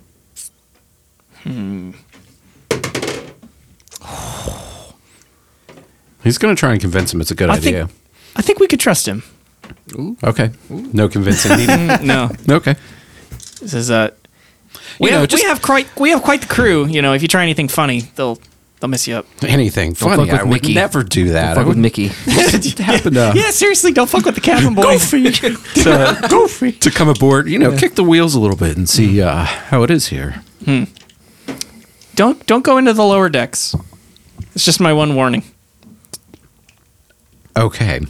He's going to try and convince him it's a good
I
idea.
think I think we could trust him.
okay. No convincing needed.
No,
okay.
this is uh, we,
You know,
have,
just-
we have quite we have quite the crew. You know, if you try anything funny, they'll they'll mess you up.
Anything funny.
fuck with
I would
Mickey.
never do that. I
Fuck with
would
Mickey.
happen to,
Yeah, seriously, don't fuck with the cabin boy.
to, uh, to come aboard, you know, kick the wheels a little bit and see uh, how it is here.
don't don't go into the lower decks. It's just my one warning.
Okay.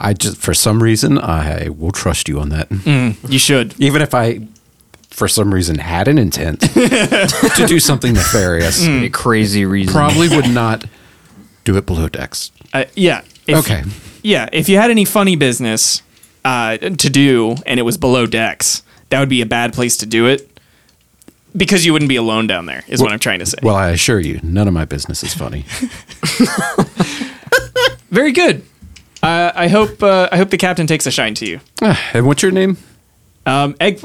I just, for some reason, I will trust you on that.
You should.
Even if I, for some reason, had an intent to do something nefarious,
A
Mm.
crazy reason.
probably would not do it below decks.
Uh, yeah. If,
Okay.
Yeah, if you had any funny business uh, to do and it was below decks, that would be a bad place to do it because you wouldn't be alone down there. Is what I'm trying to say.
Well, I assure you, none of my business is funny.
Very good. Uh, I hope uh, I hope the captain takes a shine to you.
Ah, and what's your name?
Um, egg,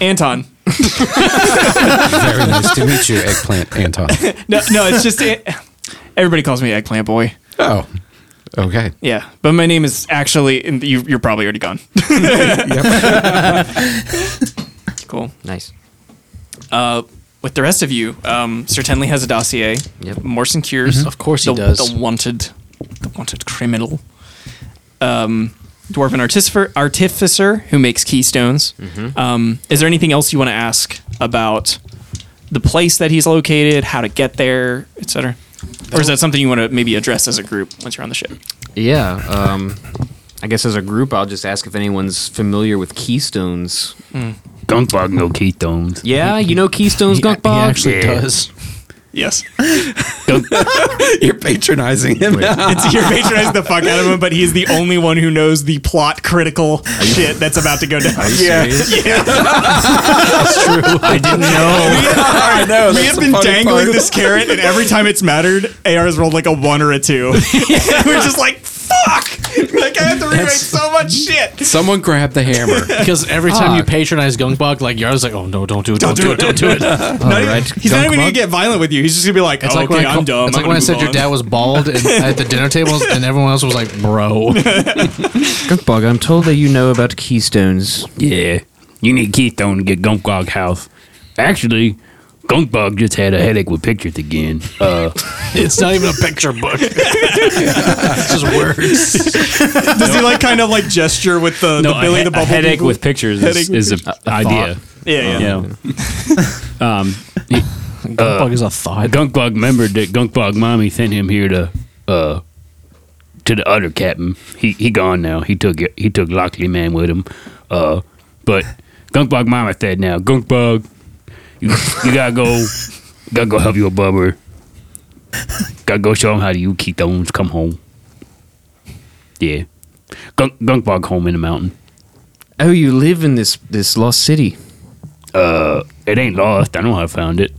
Anton.
Very nice to meet you, Eggplant Anton.
No, no, it's just everybody calls me Eggplant Boy.
Oh, okay.
Yeah, but my name is actually and you, you're probably already gone. cool.
Nice.
with the rest of you, um, Sir Tenley has a dossier.
Yep.
Morrison cures.
Of course he
the,
does.
The wanted, the wanted criminal. Um, dwarven artificer, artificer who makes keystones. Um, is there anything else you want to ask about the place that he's located, how to get there, etc.? Or is that something you want to maybe address as a group once you're on the ship?
Yeah. Um, I guess as a group, I'll just ask if anyone's familiar with keystones.
Don't bug no ketones.
Yeah, you know keystones,
He
Gunkbog?
actually
Yeah.
does.
Yes,
You're patronizing him.
it's, you're patronizing the fuck out of him, but he's the only one who knows the plot critical shit that's about to go down.
Yeah,
I didn't know.
I know.
We have been dangling this carrot, and every time it's mattered, AR has rolled like a one or a two. We're just like, fuck! like I have to rewrite so much shit.
Someone grab the hammer.
because every time you patronize Gunkbog, like Yara's like, oh no, don't do it, don't, do it, don't do it.
Not even- he's not even gonna get violent with you. He's just gonna be like,
It's
oh,
like
okay,
when I,
I'm
call-
dumb.
It's
I'm
like when I said your dad was bald and, at the dinner table, and everyone else was like, "Bro,
Gunkbog, I'm told that you know about keystones.
Yeah, you need Keystone to get Gunkbog health. Actually, Gunkbog just had a headache with pictures again. Uh,
it's not even a picture book. it's just words."
Does he like kind of like gesture with
Uh,
the,
No,
the
a
Billy
he-
the
a
Bubble
headache
people?
with pictures is-
Headache with
is a
pictures.
idea.
Yeah, yeah.
yeah. um, he-
Gunkbog is a thought.
Gunkbog remembered that Gunkbog mommy sent him here to uh to the other captain. He he gone now. He took it- he took Lockley man with him. Uh, but Gunkbog mama said now Gunkbog, you you gotta go, gotta go help your bubber. Gotta go show him how to you keep those come home. Yeah, Gunk Gunkbog home in the mountain.
Oh, you live in this this lost city.
Uh, it ain't lost. I know how I found it.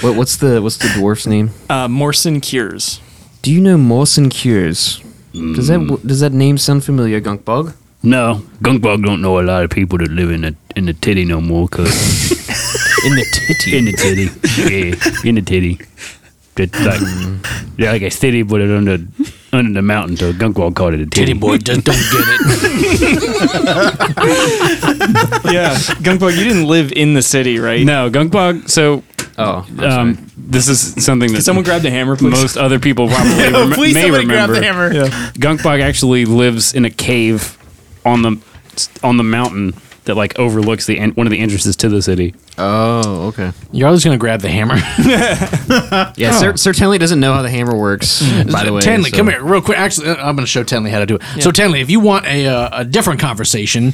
What, what's the what's the dwarf's name?
Uh, Morrison cures.
Do you know Mawson Cures? Does that
Mm.
does that name sound familiar, Gunkbog?
No, Gunkbog don't know a lot of people that live in the in the titty no more, cause
In the titty.
in the titty, yeah, in the titty. Just like they're like a city, but it's under under the mountain. So Gunkbog called it a titty.
Titty boy, just don't get it.
yeah, Gunkbug, you didn't live in the city, right?
No, Gunkbog. So
Oh, I'm sorry.
um, this is something that
Can someone grab the hammer, please?
most other people probably rem-
Please
may
somebody
remember.
grab the hammer.
Gunkbog actually lives in a cave on the on the mountain that like overlooks the en- one of the entrances to the city.
oh, okay.
Yara's gonna grab the hammer.
Yeah, Sir, Sir Tenley doesn't know how the hammer works. by the way,
Tenley,
so-
come here real quick. Actually, uh, I'm gonna show Tenley how to do it. So Tenley, if you want a uh, a different conversation,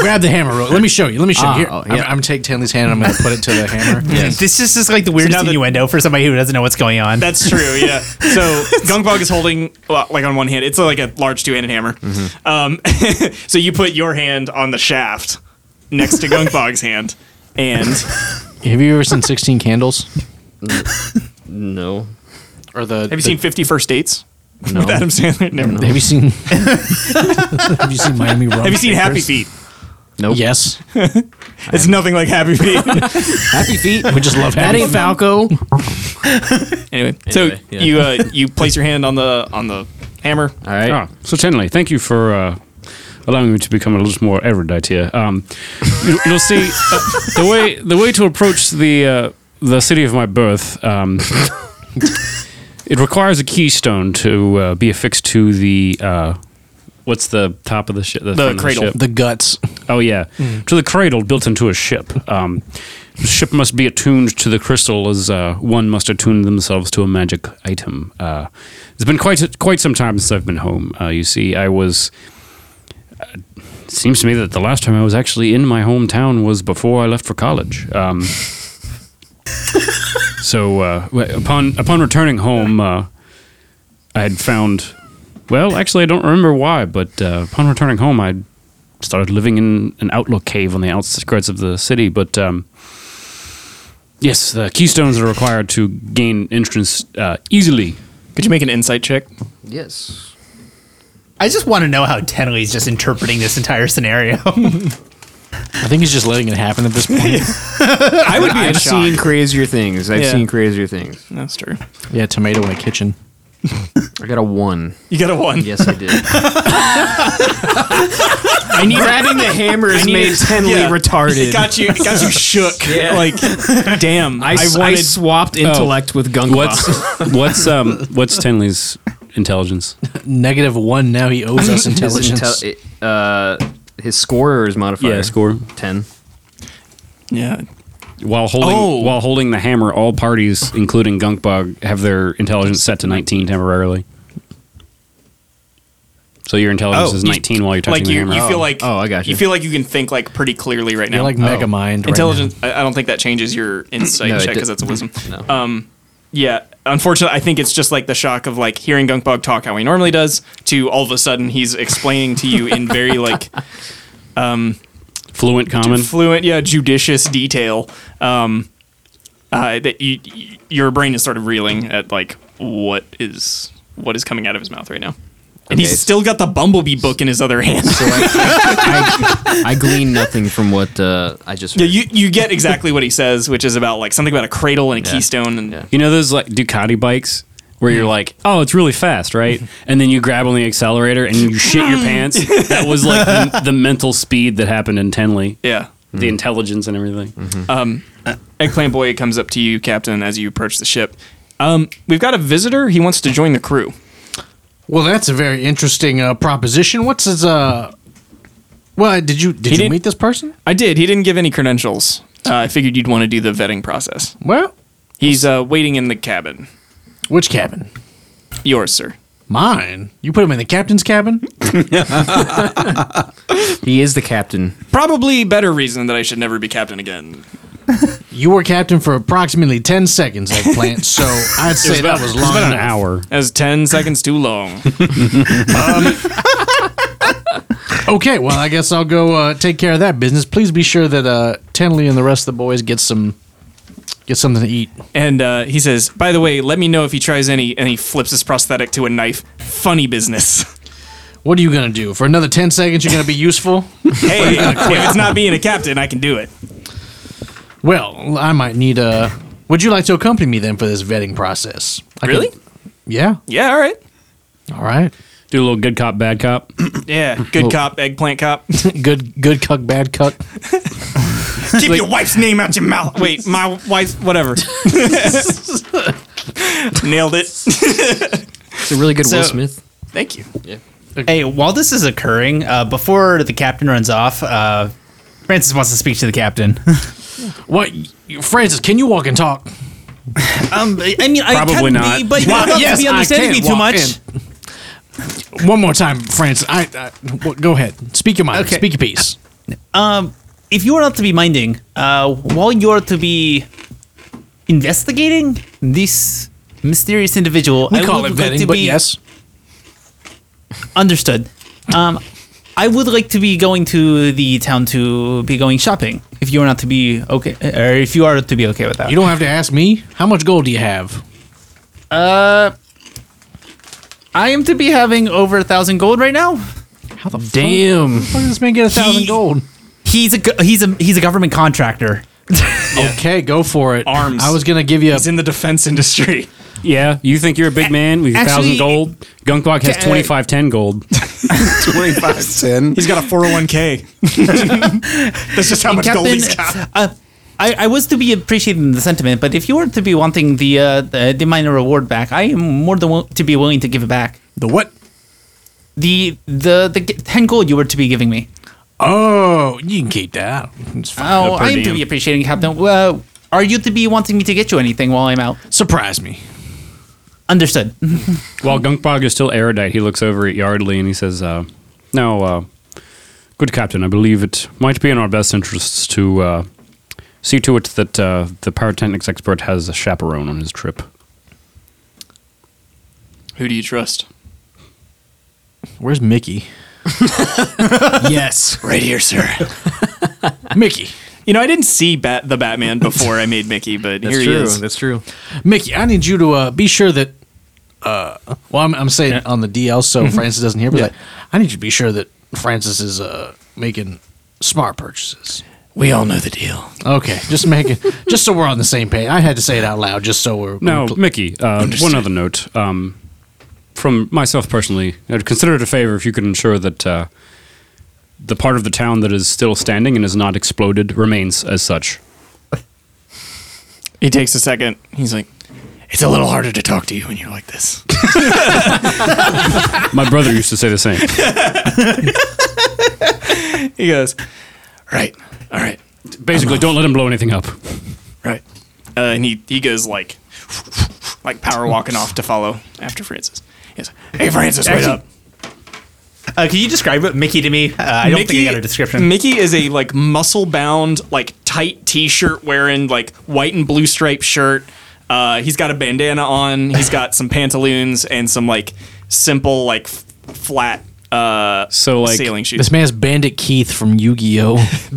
grab the hammer. Real, let me show you. Let me show
Ah,
you. Here,
oh,
I'm,
yeah.
I'm gonna take Tenley's hand. and I'm gonna put it to the hammer.
This is just like the weirdest
now that-
innuendo for somebody who doesn't know what's going on.
That's true, yeah. So Gunkbog is holding well, like on one hand. It's like a large two-handed hammer. Um, so you put your hand on the shaft next to Gunkbog's hand, and
Have you ever seen 16 Candles
No,
or the?
have you seen Fifty First Dates
no.
with Adam Sandler? Never mind.
Have you seen? have you seen Miami Rum?
Have you seen Happy
Shakers?
Feet?
Nope.
Yes,
It's nothing like Happy Feet.
Happy feet.
we just love
That
Happy
ain't
Feet.
Falco.
anyway, so
Anyway, yeah.
you uh, you place your hand on the on the hammer.
All right.
Oh, so Tenley, thank you for uh, allowing me to become a little more erudite here. Um, you, will see uh, the way the way to approach the uh, the city of my birth. Um, it requires a keystone to uh, be affixed to the uh, what's the top of the ship? The, front of
cradle.
ship?
The guts.
Oh yeah, to the cradle built into a ship. Um, the ship must be attuned to the crystal as uh, one must attune themselves to a magic item. Uh, it's been quite quite some time since I've been home. Uh, you see, I was. Uh, it seems to me that the last time I was actually in my hometown was before I left for college. Um, so uh, w- upon upon returning home, uh, I had found. Well, actually, I don't remember why, but uh, upon returning home, I started living in an outlook cave on the outskirts of the city. But um, yes, the keystones are required to gain entrance uh, easily.
Could you make an insight check?
Yes.
I just want to know how Tenley's just interpreting this entire scenario.
I think he's just letting it happen at this point.
I would be in
I've
shock.
seen crazier things. I've
Yeah.
seen crazier things.
That's true.
Yeah, tomato in a kitchen.
I got a one.
You got a one.
Yes, I did. I need grabbing the hammer has made Tenley
yeah.
retarded.
It got you. It got you shook. Like, damn.
I, s- I
wanted.
swapped
Oh.
intellect with Gunkbog.
What's what's um what's Tenley's intelligence?
Negative one. Now he owes us
his,
intelligence.
intel- uh, his score or his modifier?
Yeah, score.
ten.
yeah.
While holding
Oh.
while holding the hammer, all parties, including Gunkbog, have their intelligence set to nineteen temporarily. So your intelligence
Oh,
is
you-
nineteen while you're touching
Like
the
you,
hammer.
you feel like.
Oh, I got
You
you.
feel like you can think like pretty clearly right now.
You're like mega mind. right
intelligence. I, I don't think that changes your insight
No, it
check because
did-
that's a wisdom.
No.
Um, yeah. Unfortunately, I think it's just like the shock of like hearing Gunkbog talk how he normally does to all of a sudden he's explaining to you in very like
Fluent common.
fluent, yeah, judicious detail. Um, uh, that you, your brain is sort of reeling at like what is what is coming out of his mouth right now. And he's still got the bumblebee book in his other hand.
I glean nothing from what uh, I just.
yeah, you, you get exactly what he says, which is about like something about a cradle and a
Yeah.
keystone and
You know those like Ducati bikes where you're like, oh, it's really fast, right? And then you grab on the accelerator and you shit your pants. That was like the, the mental speed that happened in Tenley.
Yeah.
Mm-hmm.
The intelligence and everything.
Um, Eggplant Boy comes up to you, Captain, as you approach the ship. Um, we've got a visitor. He wants to join the crew.
Well, that's a very interesting uh, proposition. What's his? Uh, well, did you did you meet this person?
I did. He didn't give any credentials. Uh, I figured you'd want to do the vetting process.
Well,
he's uh, waiting in the cabin.
Which cabin?
Yours, sir.
Mine. You put him in the captain's cabin.
he is the captain.
Probably better reason that I should never be captain again.
You were captain for approximately ten seconds, Eggplant. So I'd say that was long. enough.
hour.
That's ten seconds too long.
Okay, well, I guess I'll go uh, take care of that business. Please be sure that uh, Tenley and the rest of the boys get some get something to eat.
And uh, he says, "By the way, let me know if he tries any." And he flips his prosthetic to a knife. Funny business.
What are you gonna do for another ten seconds? You're gonna be useful.
hey, if it's not being a captain, I can do it.
Well, I might need a. Would you like to accompany me then for this vetting process? I could-
Really?
yeah.
Yeah. All right.
All right.
Do a little good cop, bad cop.
Yeah.
Well-
Good cop, eggplant cop.
good good cuck, bad cuck.
Keep your wife's name out your mouth. Wait, my wife, whatever. Nailed it.
It's a really good
So-
Will Smith.
Thank you.
Yeah.
Hey, while this is occurring, uh, before the captain runs off, uh, Francis wants to speak to the captain.
what, Francis? Can you walk and talk?
Um, I mean, I
Probably
can
not.
Be, but you
Why-
don't have
yes,
to be
I
understanding
can
me too
walk
much.
One more time, Francis. I, I w- go ahead. Speak your mind.
Okay.
Speak your piece.
Um, if you are not to be minding, uh, while you are to be investigating this mysterious individual,
We call
would
it
like
vetting,
to
but
be-
yes.
Understood. Um, I would like to be going to the town to be going shopping. If you are not to be okay, or if you are to be okay with that,
You don't have to ask me. How much gold do you have?
Uh, I am to be having over a thousand gold right now.
How the damn? Fuck did this man get a thousand gold?
He's a go- he's a he's a government contractor.
Okay, go for it.
Arms.
I was gonna give you. A,
He's in the defense industry.
Yeah, you think you're a big man with a thousand
Actually-
gold? Gunkbok has
Ca-
twenty five ten gold.
2510.
He's got a 401k. That's just how much gold he's got.
uh, I, I was to be appreciating the sentiment, but if you were to be wanting the uh, the, the minor reward back, I am more than wil- to be willing to give it back.
the what?
The the the g- ten gold you were to be giving me.
Oh, you can keep that. It's fine.
Oh, I am to be appreciating, Captain. Well, are you to be wanting me to get you anything while I'm out?
Surprise me.
Understood.
While Gunkbog is still erudite, he looks over at Yardley and he says, uh, "No, uh, good captain, I believe it might be in our best interests to uh, see to it that uh, the pyrotechnics expert has a chaperone on his trip."
Who do you trust?
Where's Mickey? yes,
Right here, sir.
Mickey.
You know, I didn't see Bat- the Batman before I made Mickey, but
That's
here
true.
he is.
That's true.
Mickey, I need you to uh, be sure that. Uh, well, I'm, I'm saying on the DL, so Francis doesn't hear. But like, I need you to be sure that Francis is uh, making smart purchases.
We all know the deal.
Okay, just making, just so we're on the same page. I had to say it out loud, just so we're
Now,
we're-
Mickey, uh, one other note. Um, from myself personally, I'd consider it a favor if you could ensure that uh, the part of the town that is still standing and is not exploded remains as such.
He takes a second. He's like, it's a little harder to talk to you when you're like this.
My brother used to say the same.
He goes, right, all right,
Basically, don't let him blow anything up.
right. Uh, and he, he goes like, like power walking off to follow after Francis. He goes, hey, Francis, wait
Actually,
up.
Uh, can you describe it, Mickey to me? Uh, I don't think I got a description.
Mickey is a like muscle bound, like tight t shirt wearing, like white and blue striped shirt. Uh, he's got a bandana on. He's got some pantaloons and some like simple, like f- flat uh,
So, like,
sailing shoes.
This man's Bandit Keith from Yu-Gi-Oh.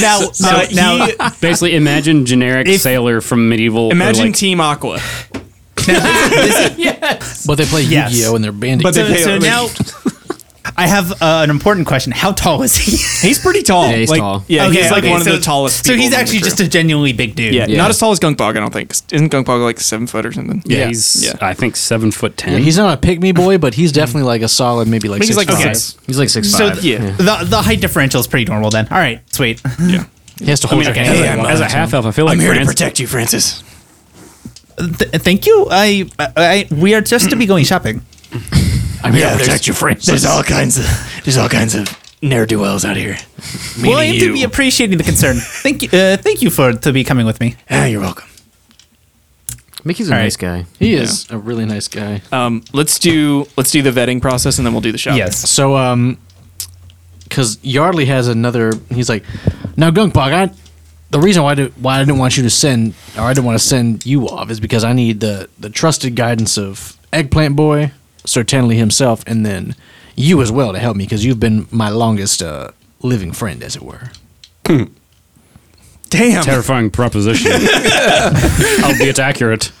now,
Uh,
now, now
he-
Basically, imagine generic
If-
sailor from medieval. or
imagine
like,
Team Aqua.
But they play
Yes.
Yu-Gi-Oh and they're bandits.
But they So- pay so already. now- I have uh, an important question. How tall is he?
He's pretty tall.
Yeah,
he's Like- tall. yeah, he's like one of the tallest
So
people
he's
in the
actually
crew.
just a genuinely big dude.
Yeah, not as tall as Gunkbog, I don't think. 'cause Isn't Gunkbog like seven foot or something?
Yeah, Yeah. he's,
I think seven foot
Yeah, he's not a pygmy boy, but he's definitely like a solid, maybe like
Maybe he's
six.
like
five.
six. He's like
Mm-hmm.
six
So the the height differential is pretty normal then. All right, sweet. Yeah,
he has to hold your hand at one time.
I'm here to protect you, Francis.
um, Th- thank you. I, I we are just to be going shopping.
I'm here to protect you, Francis.
There's all kinds of there's all kinds of ne'er do wells out here.
Well, I
Meaning
am
you.
to be appreciating the concern. thank you. Uh, thank you for to be coming with me.
Ah, you're welcome.
Mickey's a
All right.
nice guy.
He is a really nice guy.
Um, let's do let's do the vetting process and then we'll do the shopping.
So, um, because Yardley has another. He's like, now Gunkbog, I. The reason why I, did, why I didn't want you to send, or I didn't want to send you off, is because I need the the trusted guidance of Eggplant Boy, Sir Tenley himself, and then you as well to help me because you've been my longest uh, living friend, as it were.
Damn.
Terrifying proposition. Albeit accurate.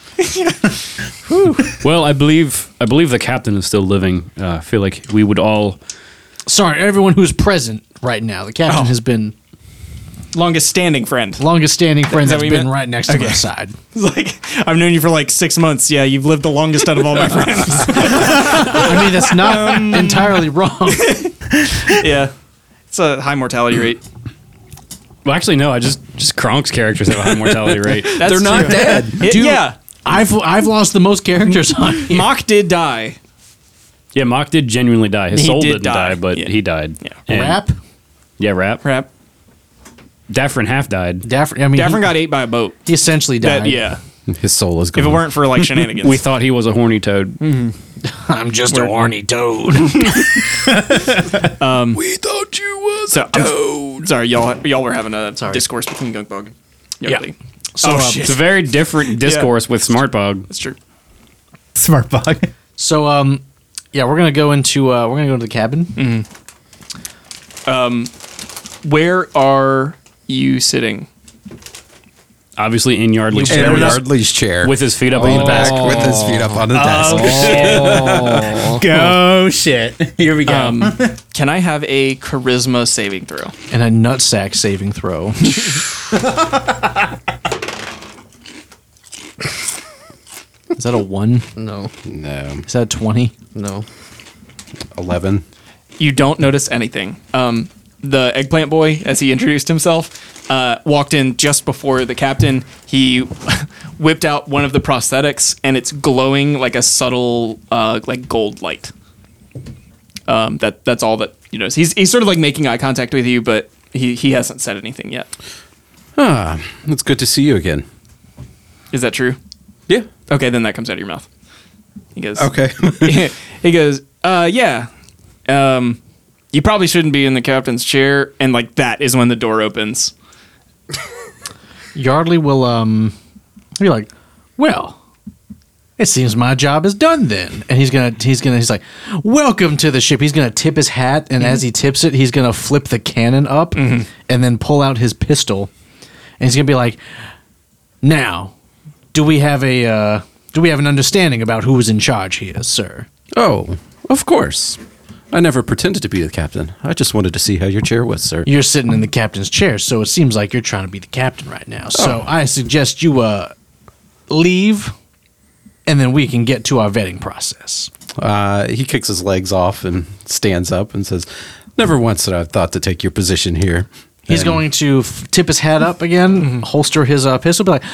well, I believe I believe the captain is still living. Uh, I feel like we would all
Sorry, everyone who's present right now. The
Oh.
captain has been
longest standing friend.
Longest standing friend
Is that
that's
what you
been
meant?
right next to
Okay.
my side.
like I've known you for like six months. Yeah, you've lived the longest out of all my friends.
I mean, that's not
Um,
entirely wrong.
yeah, it's a high mortality rate.
Well, actually, no. I just just Kronk's characters have a high mortality rate.
That's
They're not
true.
dead.
It- yeah,
I've I've lost the most characters on here.
Mock did die.
Yeah, Mock did genuinely die. His
He
soul
did
didn't die,
die.
but he died. Yeah.
Rap?
Yeah, rap.
Rap.
Daffrin half died.
Daffrin. I mean,
Daffrin got ate by a boat.
He essentially
That-
died.
yeah.
His soul is
If it
gone.
weren't for, like, shenanigans.
we thought he was a horny toad.
I'm just a horny toad.
um, we thought you was so, I'm- Sorry, y'all. Y'all were having a discourse between Gunkbug. and Yodley.
So uh, it's a very different discourse with Smartbog.
That's true.
Smart bug.
So um, yeah, we're gonna go into uh, we're gonna go into the cabin.
Um, where are you sitting?
Obviously in Yardley's
In
chair.
Yardley's
chair.
With his feet
Oh.
up on the desk.
with his feet up on the desk.
Oh.
Go shit. Here we go.
Um, can I have a charisma saving throw?
And a nutsack saving throw. Is that a one? No.
No.
Is that a twenty?
No.
Eleven.
You don't notice anything. Um, the eggplant boy, as he introduced himself, uh, walked in just before the captain. He whipped out one of the prosthetics, and it's glowing like a subtle, uh, like gold light. Um, that that's all that you notice. He's he's sort of like making eye contact with you, but he he hasn't said anything yet.
Ah, it's good to see you again.
Is that true?
Yeah.
Okay, then that comes out of your mouth. He goes.
Okay.
he goes. Uh, yeah. Um, you probably shouldn't be in the captain's chair, and like that is when the door opens.
Yardley will um be like, Well, it seems my job is done then. And he's gonna he's gonna he's like, Welcome to the ship. He's gonna tip his hat and as he tips it, he's gonna flip the cannon up and then pull out his pistol. And he's gonna be like, Now, do we have a uh do we have an understanding about who is in charge here, sir?
Oh, of course. I never pretended to be the captain. I just wanted to see how your chair was, sir.
You're sitting in the captain's chair, so it seems like you're trying to be the captain right now. So I suggest you uh, leave, and then we can get to our vetting process.
Uh, he kicks his legs off and stands up and says, "Never once did I thought to take your position here."
He's
And-
going to f- tip his hat up again, holster his uh, pistol, be like,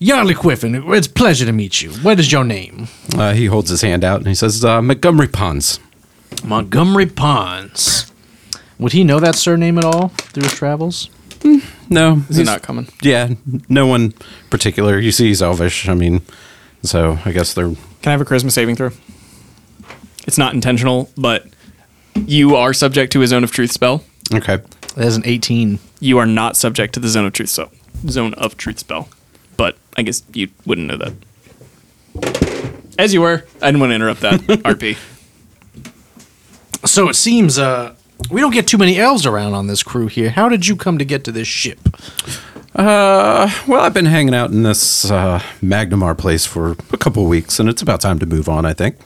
Yarly Quiffin, it's a pleasure to meet you. What is your name?
Uh, he holds his hand out and he says, uh, "Montgomery Pons."
Montgomery Pons. Would he know that surname at all through his travels?
No,
Is he not coming?
Yeah, no one particular. You see, he's elvish. I mean, so I guess they're
Can I have a charisma saving throw? It's not intentional, but you are subject to a zone of truth spell.
okay.
That is an 18.
You are not subject to the zone of truth spell. Zone of truth spell, but I guess you wouldn't know that. As you were, I didn't want to interrupt that RP.
So it seems uh, we don't get too many elves around on this crew here. How did you come to get to this ship?
Uh, well, I've been hanging out in this uh, Magnamar place for a couple of weeks, and it's about time to move on, I think.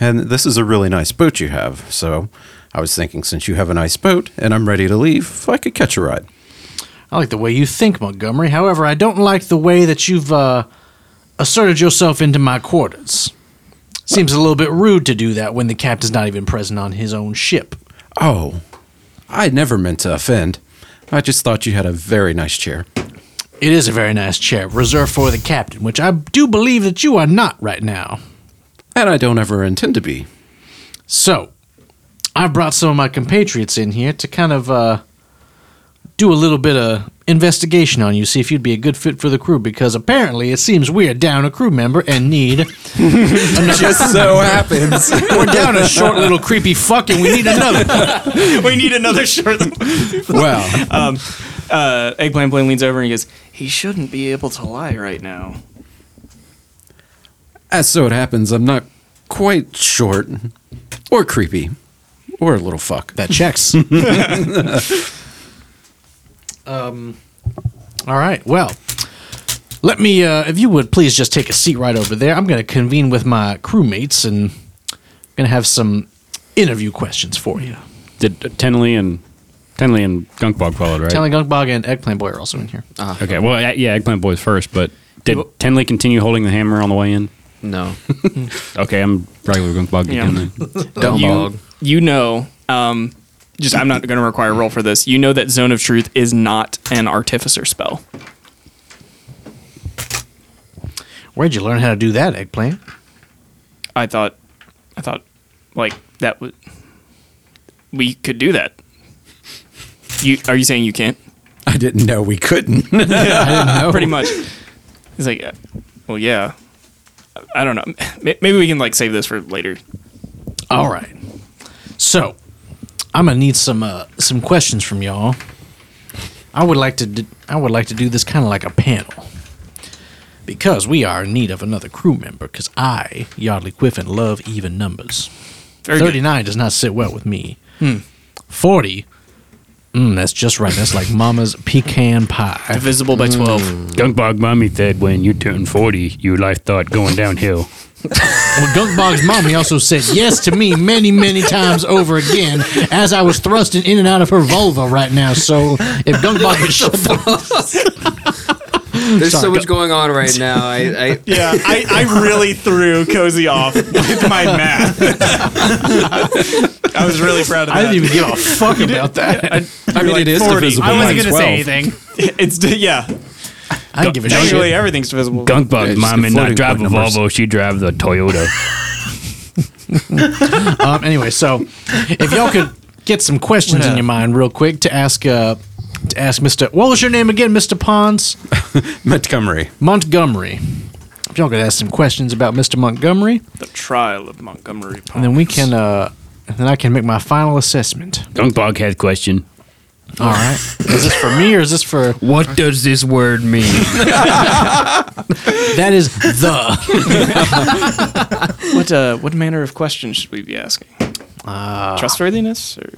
And this is a really nice boat you have, so I was thinking since you have a nice boat and I'm ready to leave, I could catch a ride.
I like the way you think, Montgomery. However, I don't like the way that you've uh, asserted yourself into my quarters. Seems a little bit rude to do that when the captain's not even present on his own ship.
Oh, I never meant to offend. I just thought you had a very nice chair.
It is a very nice chair, reserved for the captain, which I do believe that you are not right now.
And I don't ever intend to be.
So, I've brought some of my compatriots in here to kind of uh, do a little bit of investigation on you, see if you'd be a good fit for the crew, because apparently it seems we're down a crew member and need.
Just so happens.
we're down a short little creepy fuck and we need another.
we need another shirt.
well,
um, uh, Eggplant Blaine leans over and he goes, He shouldn't be able to lie right now.
as so it happens, I'm not quite short or creepy or a little fuck.
That checks. Um, all right. Well, let me, uh, if you would please just take a seat right over there. I'm going to convene with my crewmates and going to have some interview questions for you.
Did Tenley and Tenley and Gunkbog followed, right?
Telling Gunkbog and Eggplant Boy are also in here.
Okay. Well, yeah, yeah, Eggplant Boy's first, but did Tenley continue holding the hammer on the way in?
No.
okay, I'm regular Gunkbog
Yeah.
again then.
you, you know, um, just I'm not going to require a roll for this. You know that Zone of Truth is not an artificer spell.
Where'd you learn how to do that, Eggplant?
I thought, I thought, like that would we could do that. You are you saying you can't?
I didn't know we couldn't.
Pretty much. It's like, uh, well, yeah. I I don't know. M- Maybe we can like save this for later.
All right. So, I'm gonna need some uh, some questions from y'all. I would like to d I would like to do this kind of like a panel because we are in need of another crew member. Because I Yardley Quiffin love even numbers.
Very good. Hmm.
Thirty nine does not sit well with me. Forty. Mm, that's just right. That's like Mama's pecan pie.
Divisible by twelve.
Gunkbog mommy said when you turn 40, your life started going downhill.
Well, Gunkbog's mommy also said yes to me many, many times over again as I was thrusting in and out of her vulva right now. So if Gunkbog had shut the
There's
Sorry,
so much
go-
going on right now. I, I
Yeah, I, I really threw Cozy off with my math. I was really proud of that.
I didn't even give a fuck about that.
I,
I mean, it is divisible
I wasn't
by
gonna
12.
say anything. It's yeah.
I didn't give a shit.
Actually, everything's divisible.
Gunkbog's
just
mom
the
and not
floating
drive a
point numbers.
Volvo, she drives a Toyota.
Um, anyway, so if y'all could get some questions in your mind real quick to ask, uh, to ask Mr. What was your name again, Mr. Pons?
Montgomery.
Montgomery. If y'all could ask some questions about Mr. Montgomery,
The trial of Montgomery.
and then we can, uh, and then I can make my final assessment.
Gunkbog had a question.
All right. Is this for me or is this for.
what does this word mean?
That is the.
What uh, what manner of questions should we be asking?
Uh,
Trustworthiness? Or?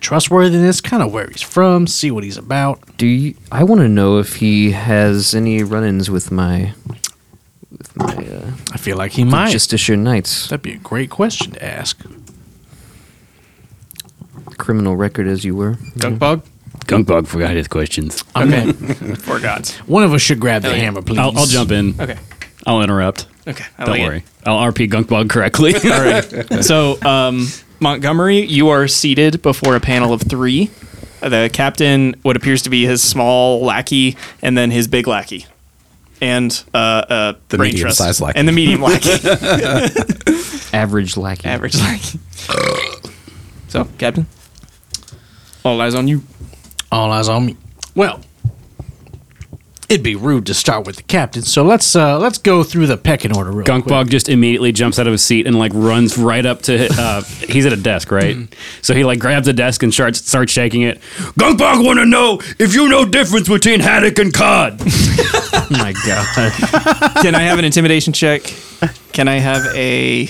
trustworthiness, kind of where he's from, see what he's about.
Do you, I want to know if he has any run-ins with my with my uh,
I feel like he might.
justiciar knights?
That'd be a great question to ask.
Criminal record, as you were.
Gunkbog?
Gunkbog forgot his questions.
Okay. Forgot.
One of us should grab the
yeah.
hammer, please.
Oh, I'll, I'll jump in.
Okay.
I'll interrupt.
Okay. I
Don't
like it.
worry. I'll RP Gunkbog correctly.
All right. So, um, Montgomery, you are seated before a panel of three. The captain, what appears to be his small lackey, and then his big lackey, and uh, uh,
The
brain
medium-sized
trust.
lackey.
and the medium lackey,
Average lackey.
average lackey. So, captain, all eyes on you.
All eyes on me. Well, it'd be rude to start with the captain, so let's uh, let's go through the pecking order real quick.
Gunkbog just immediately jumps out of his seat and like runs right up to. Uh, he's at a desk, right? So he like grabs a desk and starts starts shaking it. Gunkbog want to know if you know difference between haddock and cod.
Oh my god.
Can I have an intimidation check? Can I have a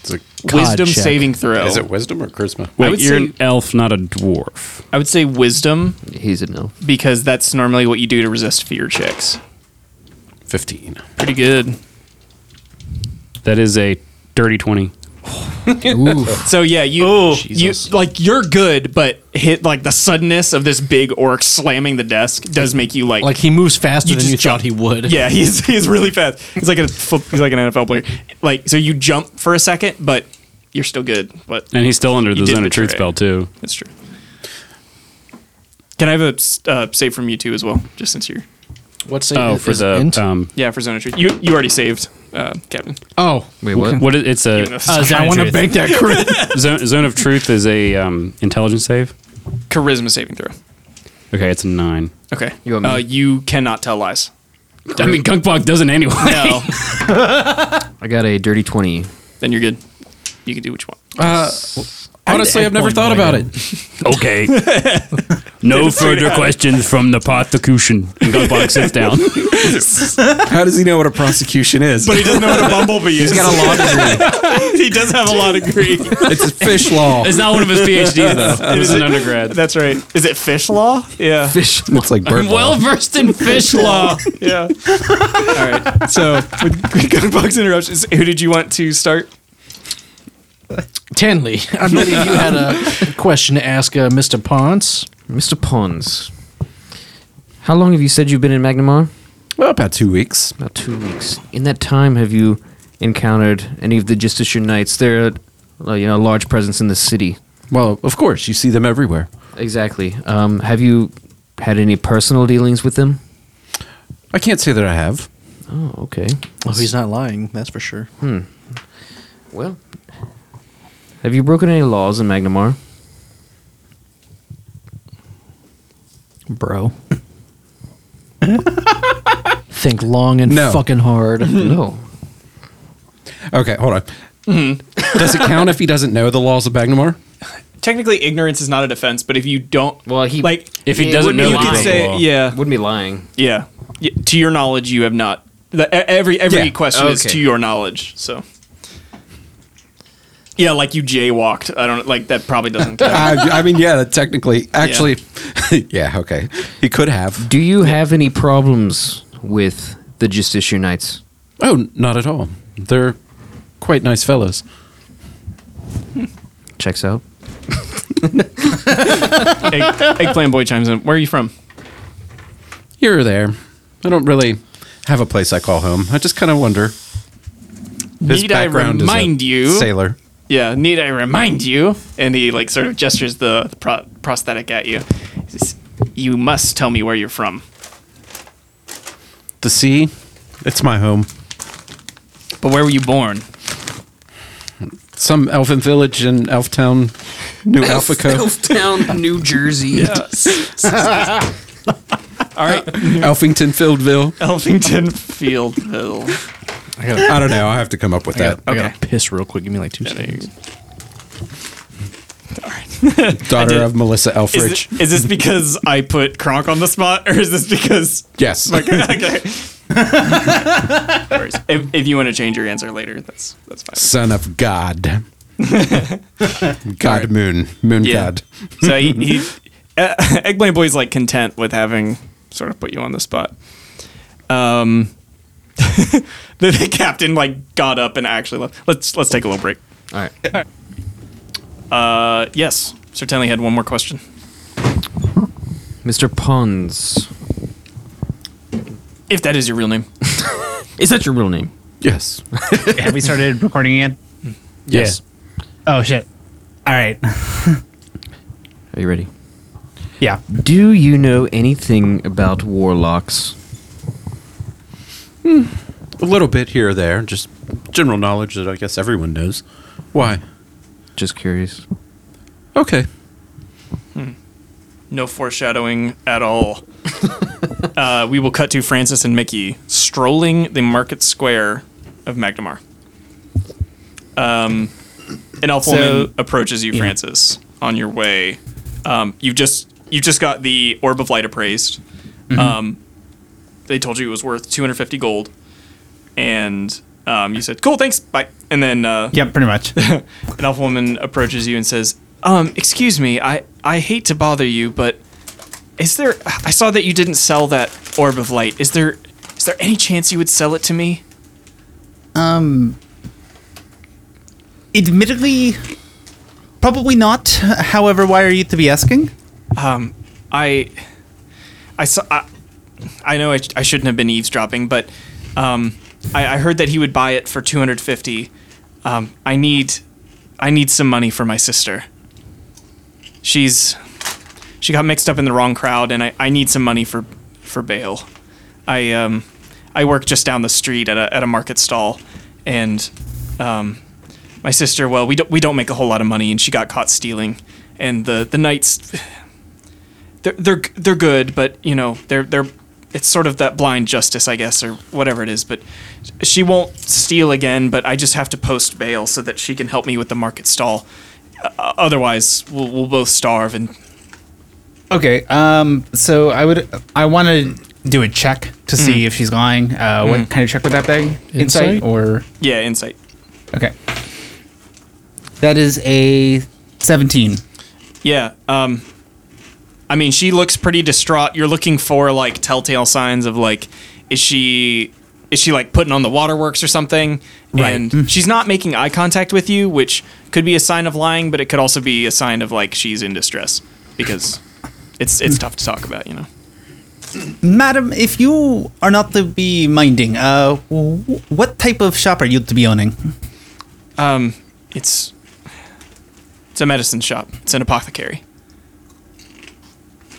It's a
wisdom saving throw.
Is it wisdom or charisma?
I would
Wait, you're
say-
an elf, not a dwarf.
I would say wisdom.
He's an elf.
Because that's normally what you do to resist fear checks.
15.
Pretty good.
That is a dirty 20.
So yeah, you you like you're good, but hit like the suddenness of this big orc slamming the desk does make you like
Like he moves faster than
just
you thought he would.
Yeah, he's he's really fast. He's like a fo- he's like an NFL player. Like so, you jump for a second, but you're still good. But
And he's still under
you
the
did
zone of truth
betray.
spell, too.
That's true. Can I have a s- uh, save from you too as well, just since you're?
What
save Oh, for is the, int? um,
yeah for zone of truth. You you already saved, uh, Captain.
Oh,
Wait, what? What is, it's a.
Even if- Uh, Zone of
wanna
Truth.
zone, zone of Truth is a um, intelligence save.
Charisma saving throw.
Okay, it's a nine.
Okay.
You want me-
uh, you cannot tell lies.
I mean, Gunkbog doesn't anyway.
No.
I got a dirty 20.
Then you're good. You can do what you want.
Uh, honestly, I've never thought about it.
Okay. no further questions from the prosecution. And Gunkbog sits down.
How does he know what a prosecution is?
But he doesn't know what a bumblebee is. He's got a law degree. he does have a law degree.
It's fish law.
It's not one of his PhDs, though. It was
Is
an
it-
undergrad.
That's right. Is it fish law? Yeah.
Fish. It's like bird
I'm well
law.
versed in fish law.
yeah. All right. So with Gunkbog's interruptions, who did you want to start?
Tenley, I believe you had a question to ask uh, Mr. Ponce.
Mr. Pons, how long have you said you've been in Magnamar?
Well, about two weeks.
About two weeks. In that time, have you encountered any of the Justician Knights? They're uh, you know, a large presence in the city.
Well, of course, you see them everywhere.
Exactly. Um, have you had any personal dealings with them?
I can't say that I have.
Oh, okay.
Oh, he's not lying. That's for sure.
Hmm. Well, have you broken any laws in Magnamar? Bro.
Think long and
No.
fucking hard.
no.
Okay, hold on. Does it count if he doesn't know the laws of Bagnamar?
Technically, ignorance is not a defense, but if you don't,
well, he
like
If he
It
doesn't
wouldn't
know
be
you
the
could
lying.
say,
law.
yeah,
Wouldn't be lying.
yeah, Y- To your knowledge, you have not. The, e- every every
Yeah.
question is
Okay.
to your knowledge. So. Yeah, like you jaywalked. I don't like that. Probably doesn't count.
I, I mean, yeah, that technically, actually, yeah. okay. He could have.
Do you have any problems with the Justician Knights?
Oh, not at all. They're quite nice fellows.
Checks out.
Egg, eggplant boy chimes in. Where are you from?
Here or there. I don't really have a place I call home. I just kind of wonder. His
Need I
background is a
remind you?
sailor.
Yeah, need I remind you? And he like sort of gestures the, the pro- prosthetic at you. He says, You must tell me where you're from.
The sea, it's my home.
But where were you born?
Some elfin village in Elftown, New Alphaco,
Elftown, New Jersey.
All right,
Elfington Fieldville.
Elfington Fieldville.
I don't know. I have to come up with that.
I
Okay.
gotta piss real quick. Give me like two seconds.
Daughter of Melissa
Is,
Elfridge.
thi- is this because I put Kronk on the spot, or is this because?
Yes.
Okay. okay. No worries. if, if you want to change your answer later, that's that's fine.
Son of God. God Moon. Moon God.
so he, he uh, Eggplant Boy's like content with having sort of put you on the spot. Um, the, the captain like got up and actually left. Let's let's take a little break.
All right.
Uh, yes, Sir Tenley had one more question.
Mr. Pons.
If that is your real name,
Is that your real name?
Yes.
Have we started recording again?
Yes.
Oh shit! All right.
Are you ready?
Yeah.
Do you know anything about warlocks?
A little bit here or there. Just general knowledge that I guess everyone knows. Why?
Just curious.
Okay.
no foreshadowing at all. uh, we will cut to Francis and Mickey strolling the market square of Magdamar. Um, an elf
So-
woman approaches you, Francis, on your way. Um, you've just you just got the orb of light appraised. Um, they told you it was worth 250 gold, and Um, you said, "Cool, thanks, bye." And then, uh,
yeah, pretty much.
an elf woman approaches you and says, "Um, excuse me, I I hate to bother you, but is there? I saw that you didn't sell that orb of light. Is there is there any chance you would sell it to me?"
Um, admittedly, probably not. However, why are you to be asking?
Um, I, I saw. I, I know I, sh- I shouldn't have been eavesdropping, but um, I, I heard that he would buy it for two hundred fifty. Um, I need, I need some money for my sister. She's, she got mixed up in the wrong crowd, and I, I need some money for, for bail. I um, I work just down the street at a at a market stall, and um, my sister. Well, we don't we don't make a whole lot of money, and she got caught stealing. And the the knights, they're they're they're good, but you know they're they're it's sort of that blind justice, I guess, or whatever it is. But she won't steal again. But I just have to post bail so that she can help me with the market stall. Uh, otherwise, we'll we'll both starve. And
Okay. Um. So I would. I want to do a check to
Mm.
see if she's lying. Uh. What
Mm.
kind of check would that be? Insight,
Insight?
or
yeah, insight.
okay. That is a seventeen.
Yeah. Um, I mean, she looks pretty distraught. You're looking for like telltale signs of like, is she is she like putting on the waterworks or something?
Right.
And she's not making eye contact with you, which could be a sign of lying, but it could also be a sign of like she's in distress because it's it's tough to talk about, you know.
Madam, if you are not to be minding, uh, wh- what type of shop are you to be owning?
Um, it's it's a medicine shop. It's an apothecary.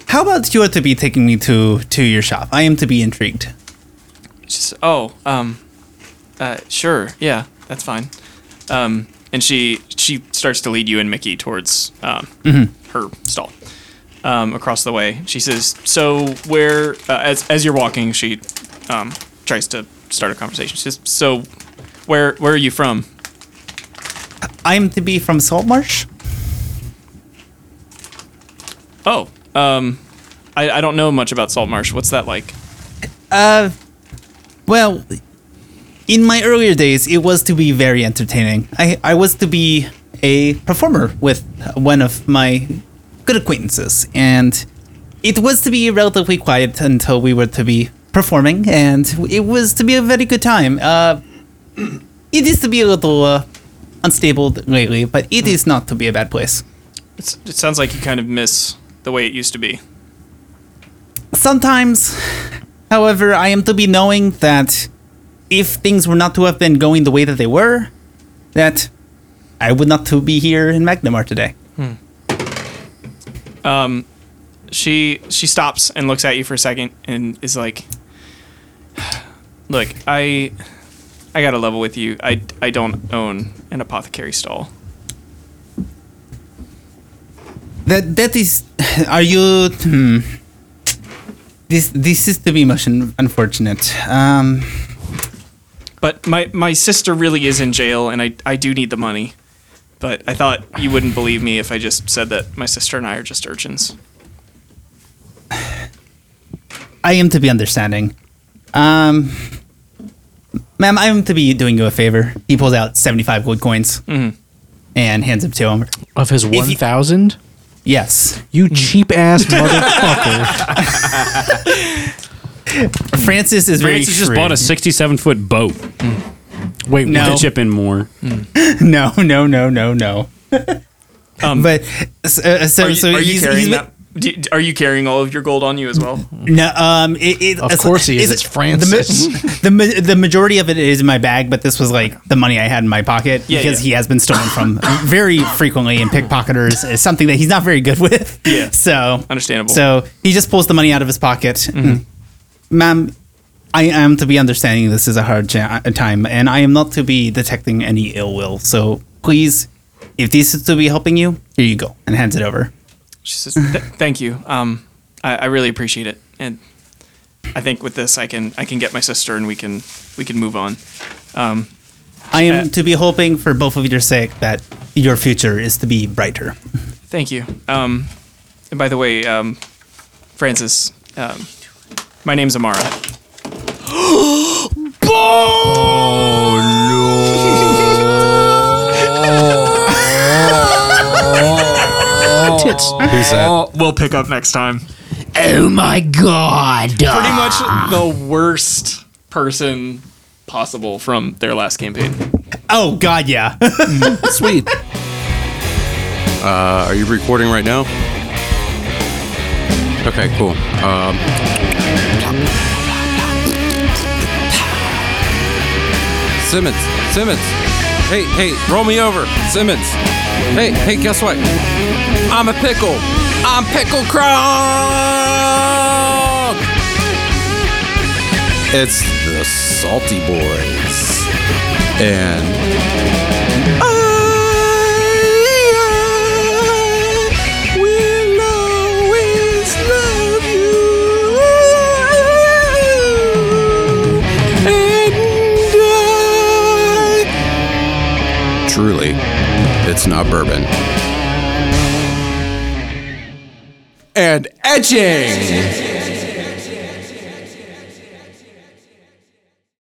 How about you are to be taking me to to your shop? I am to be intrigued.
She says, "Oh, um, uh, sure, yeah, that's fine." Um, and she she starts to lead you and Mickey towards um,
Mhm.
her stall um, across the way. She says, "So where?" Uh, as as you're walking, she um, tries to start a conversation. She says, "So where where are you from?"
I am to be from Saltmarsh.
Oh, um, I, I don't know much about Saltmarsh. What's that like?
Uh, well, in my earlier days, it was to be very entertaining. I, I was to be a performer with one of my good acquaintances, and it was to be relatively quiet until we were to be performing, and it was to be a very good time. Uh, it is to be a little uh, unstable lately, but it is not to be a bad place.
It's, it sounds like you kind of miss the way it used to be.
Sometimes, however, I am to be knowing that if things were not to have been going the way that they were, that I would not to be here in Magnamar today.
Um, she she stops and looks at you for a second and is like, "Look, I I got to level with you. I I don't own an apothecary stall.
That that is, are you? Hmm, this this is to be much un- unfortunate. Um,
But my my sister really is in jail, and I I do need the money. But I thought you wouldn't believe me if I just said that my sister and I are just urchins.
I am to be understanding. Um, ma'am, I am to be doing you a favor. He pulls out seventy-five gold coins
Mm-hmm.
and hands them to him.
Of his
If you-
one thousand.
Yes.
You cheap ass motherfucker.
Francis is very.
Francis just
shrewd.
bought a 67 foot boat.
Wait,
No.
to chip in more.
no, no, no, no, no.
Um,
but so, uh, so,
are you,
so
are you
he's-
carrying
he's-
that? Do, are you carrying all of your gold on you as well?
No, um, it, it,
Of course he is. It's Francis.
The, ma- the ma- the majority of it is in my bag, but this was like the money I had in my pocket
Yeah,
because
yeah.
he has been stolen from very frequently, and pickpocketers is something that he's not very good with.
Yeah.
So
Understandable.
So he just pulls the money out of his pocket.
Mm-hmm.
Ma'am, I am to be understanding this is a hard ja- time, and I am not to be detecting any ill will. So please, if this is to be helping you, here you go, and hands it over.
She says, "Th- "Thank you. Um, I, I really appreciate it, and I think with this, I can I can get my sister, and we can we can move on." Um,
I am to be hoping for both of your sake that your future is to be brighter.
thank you. Um, and by the way, um, Francis, um, my name's Amara.
Oh
That's who's that?
Oh, we'll pick up next time.
Oh my god.
Pretty much the worst person possible from their last campaign.
Oh god, yeah.
Sweet. Uh, are you recording right now? Okay, cool. Um, Simmons, Simmons. Hey, hey, roll me over, Simmons. Hey, hey, guess what? I'm a pickle. I'm Pickle Krog. It's the Salty Boys. And truly, it's not bourbon. And etching.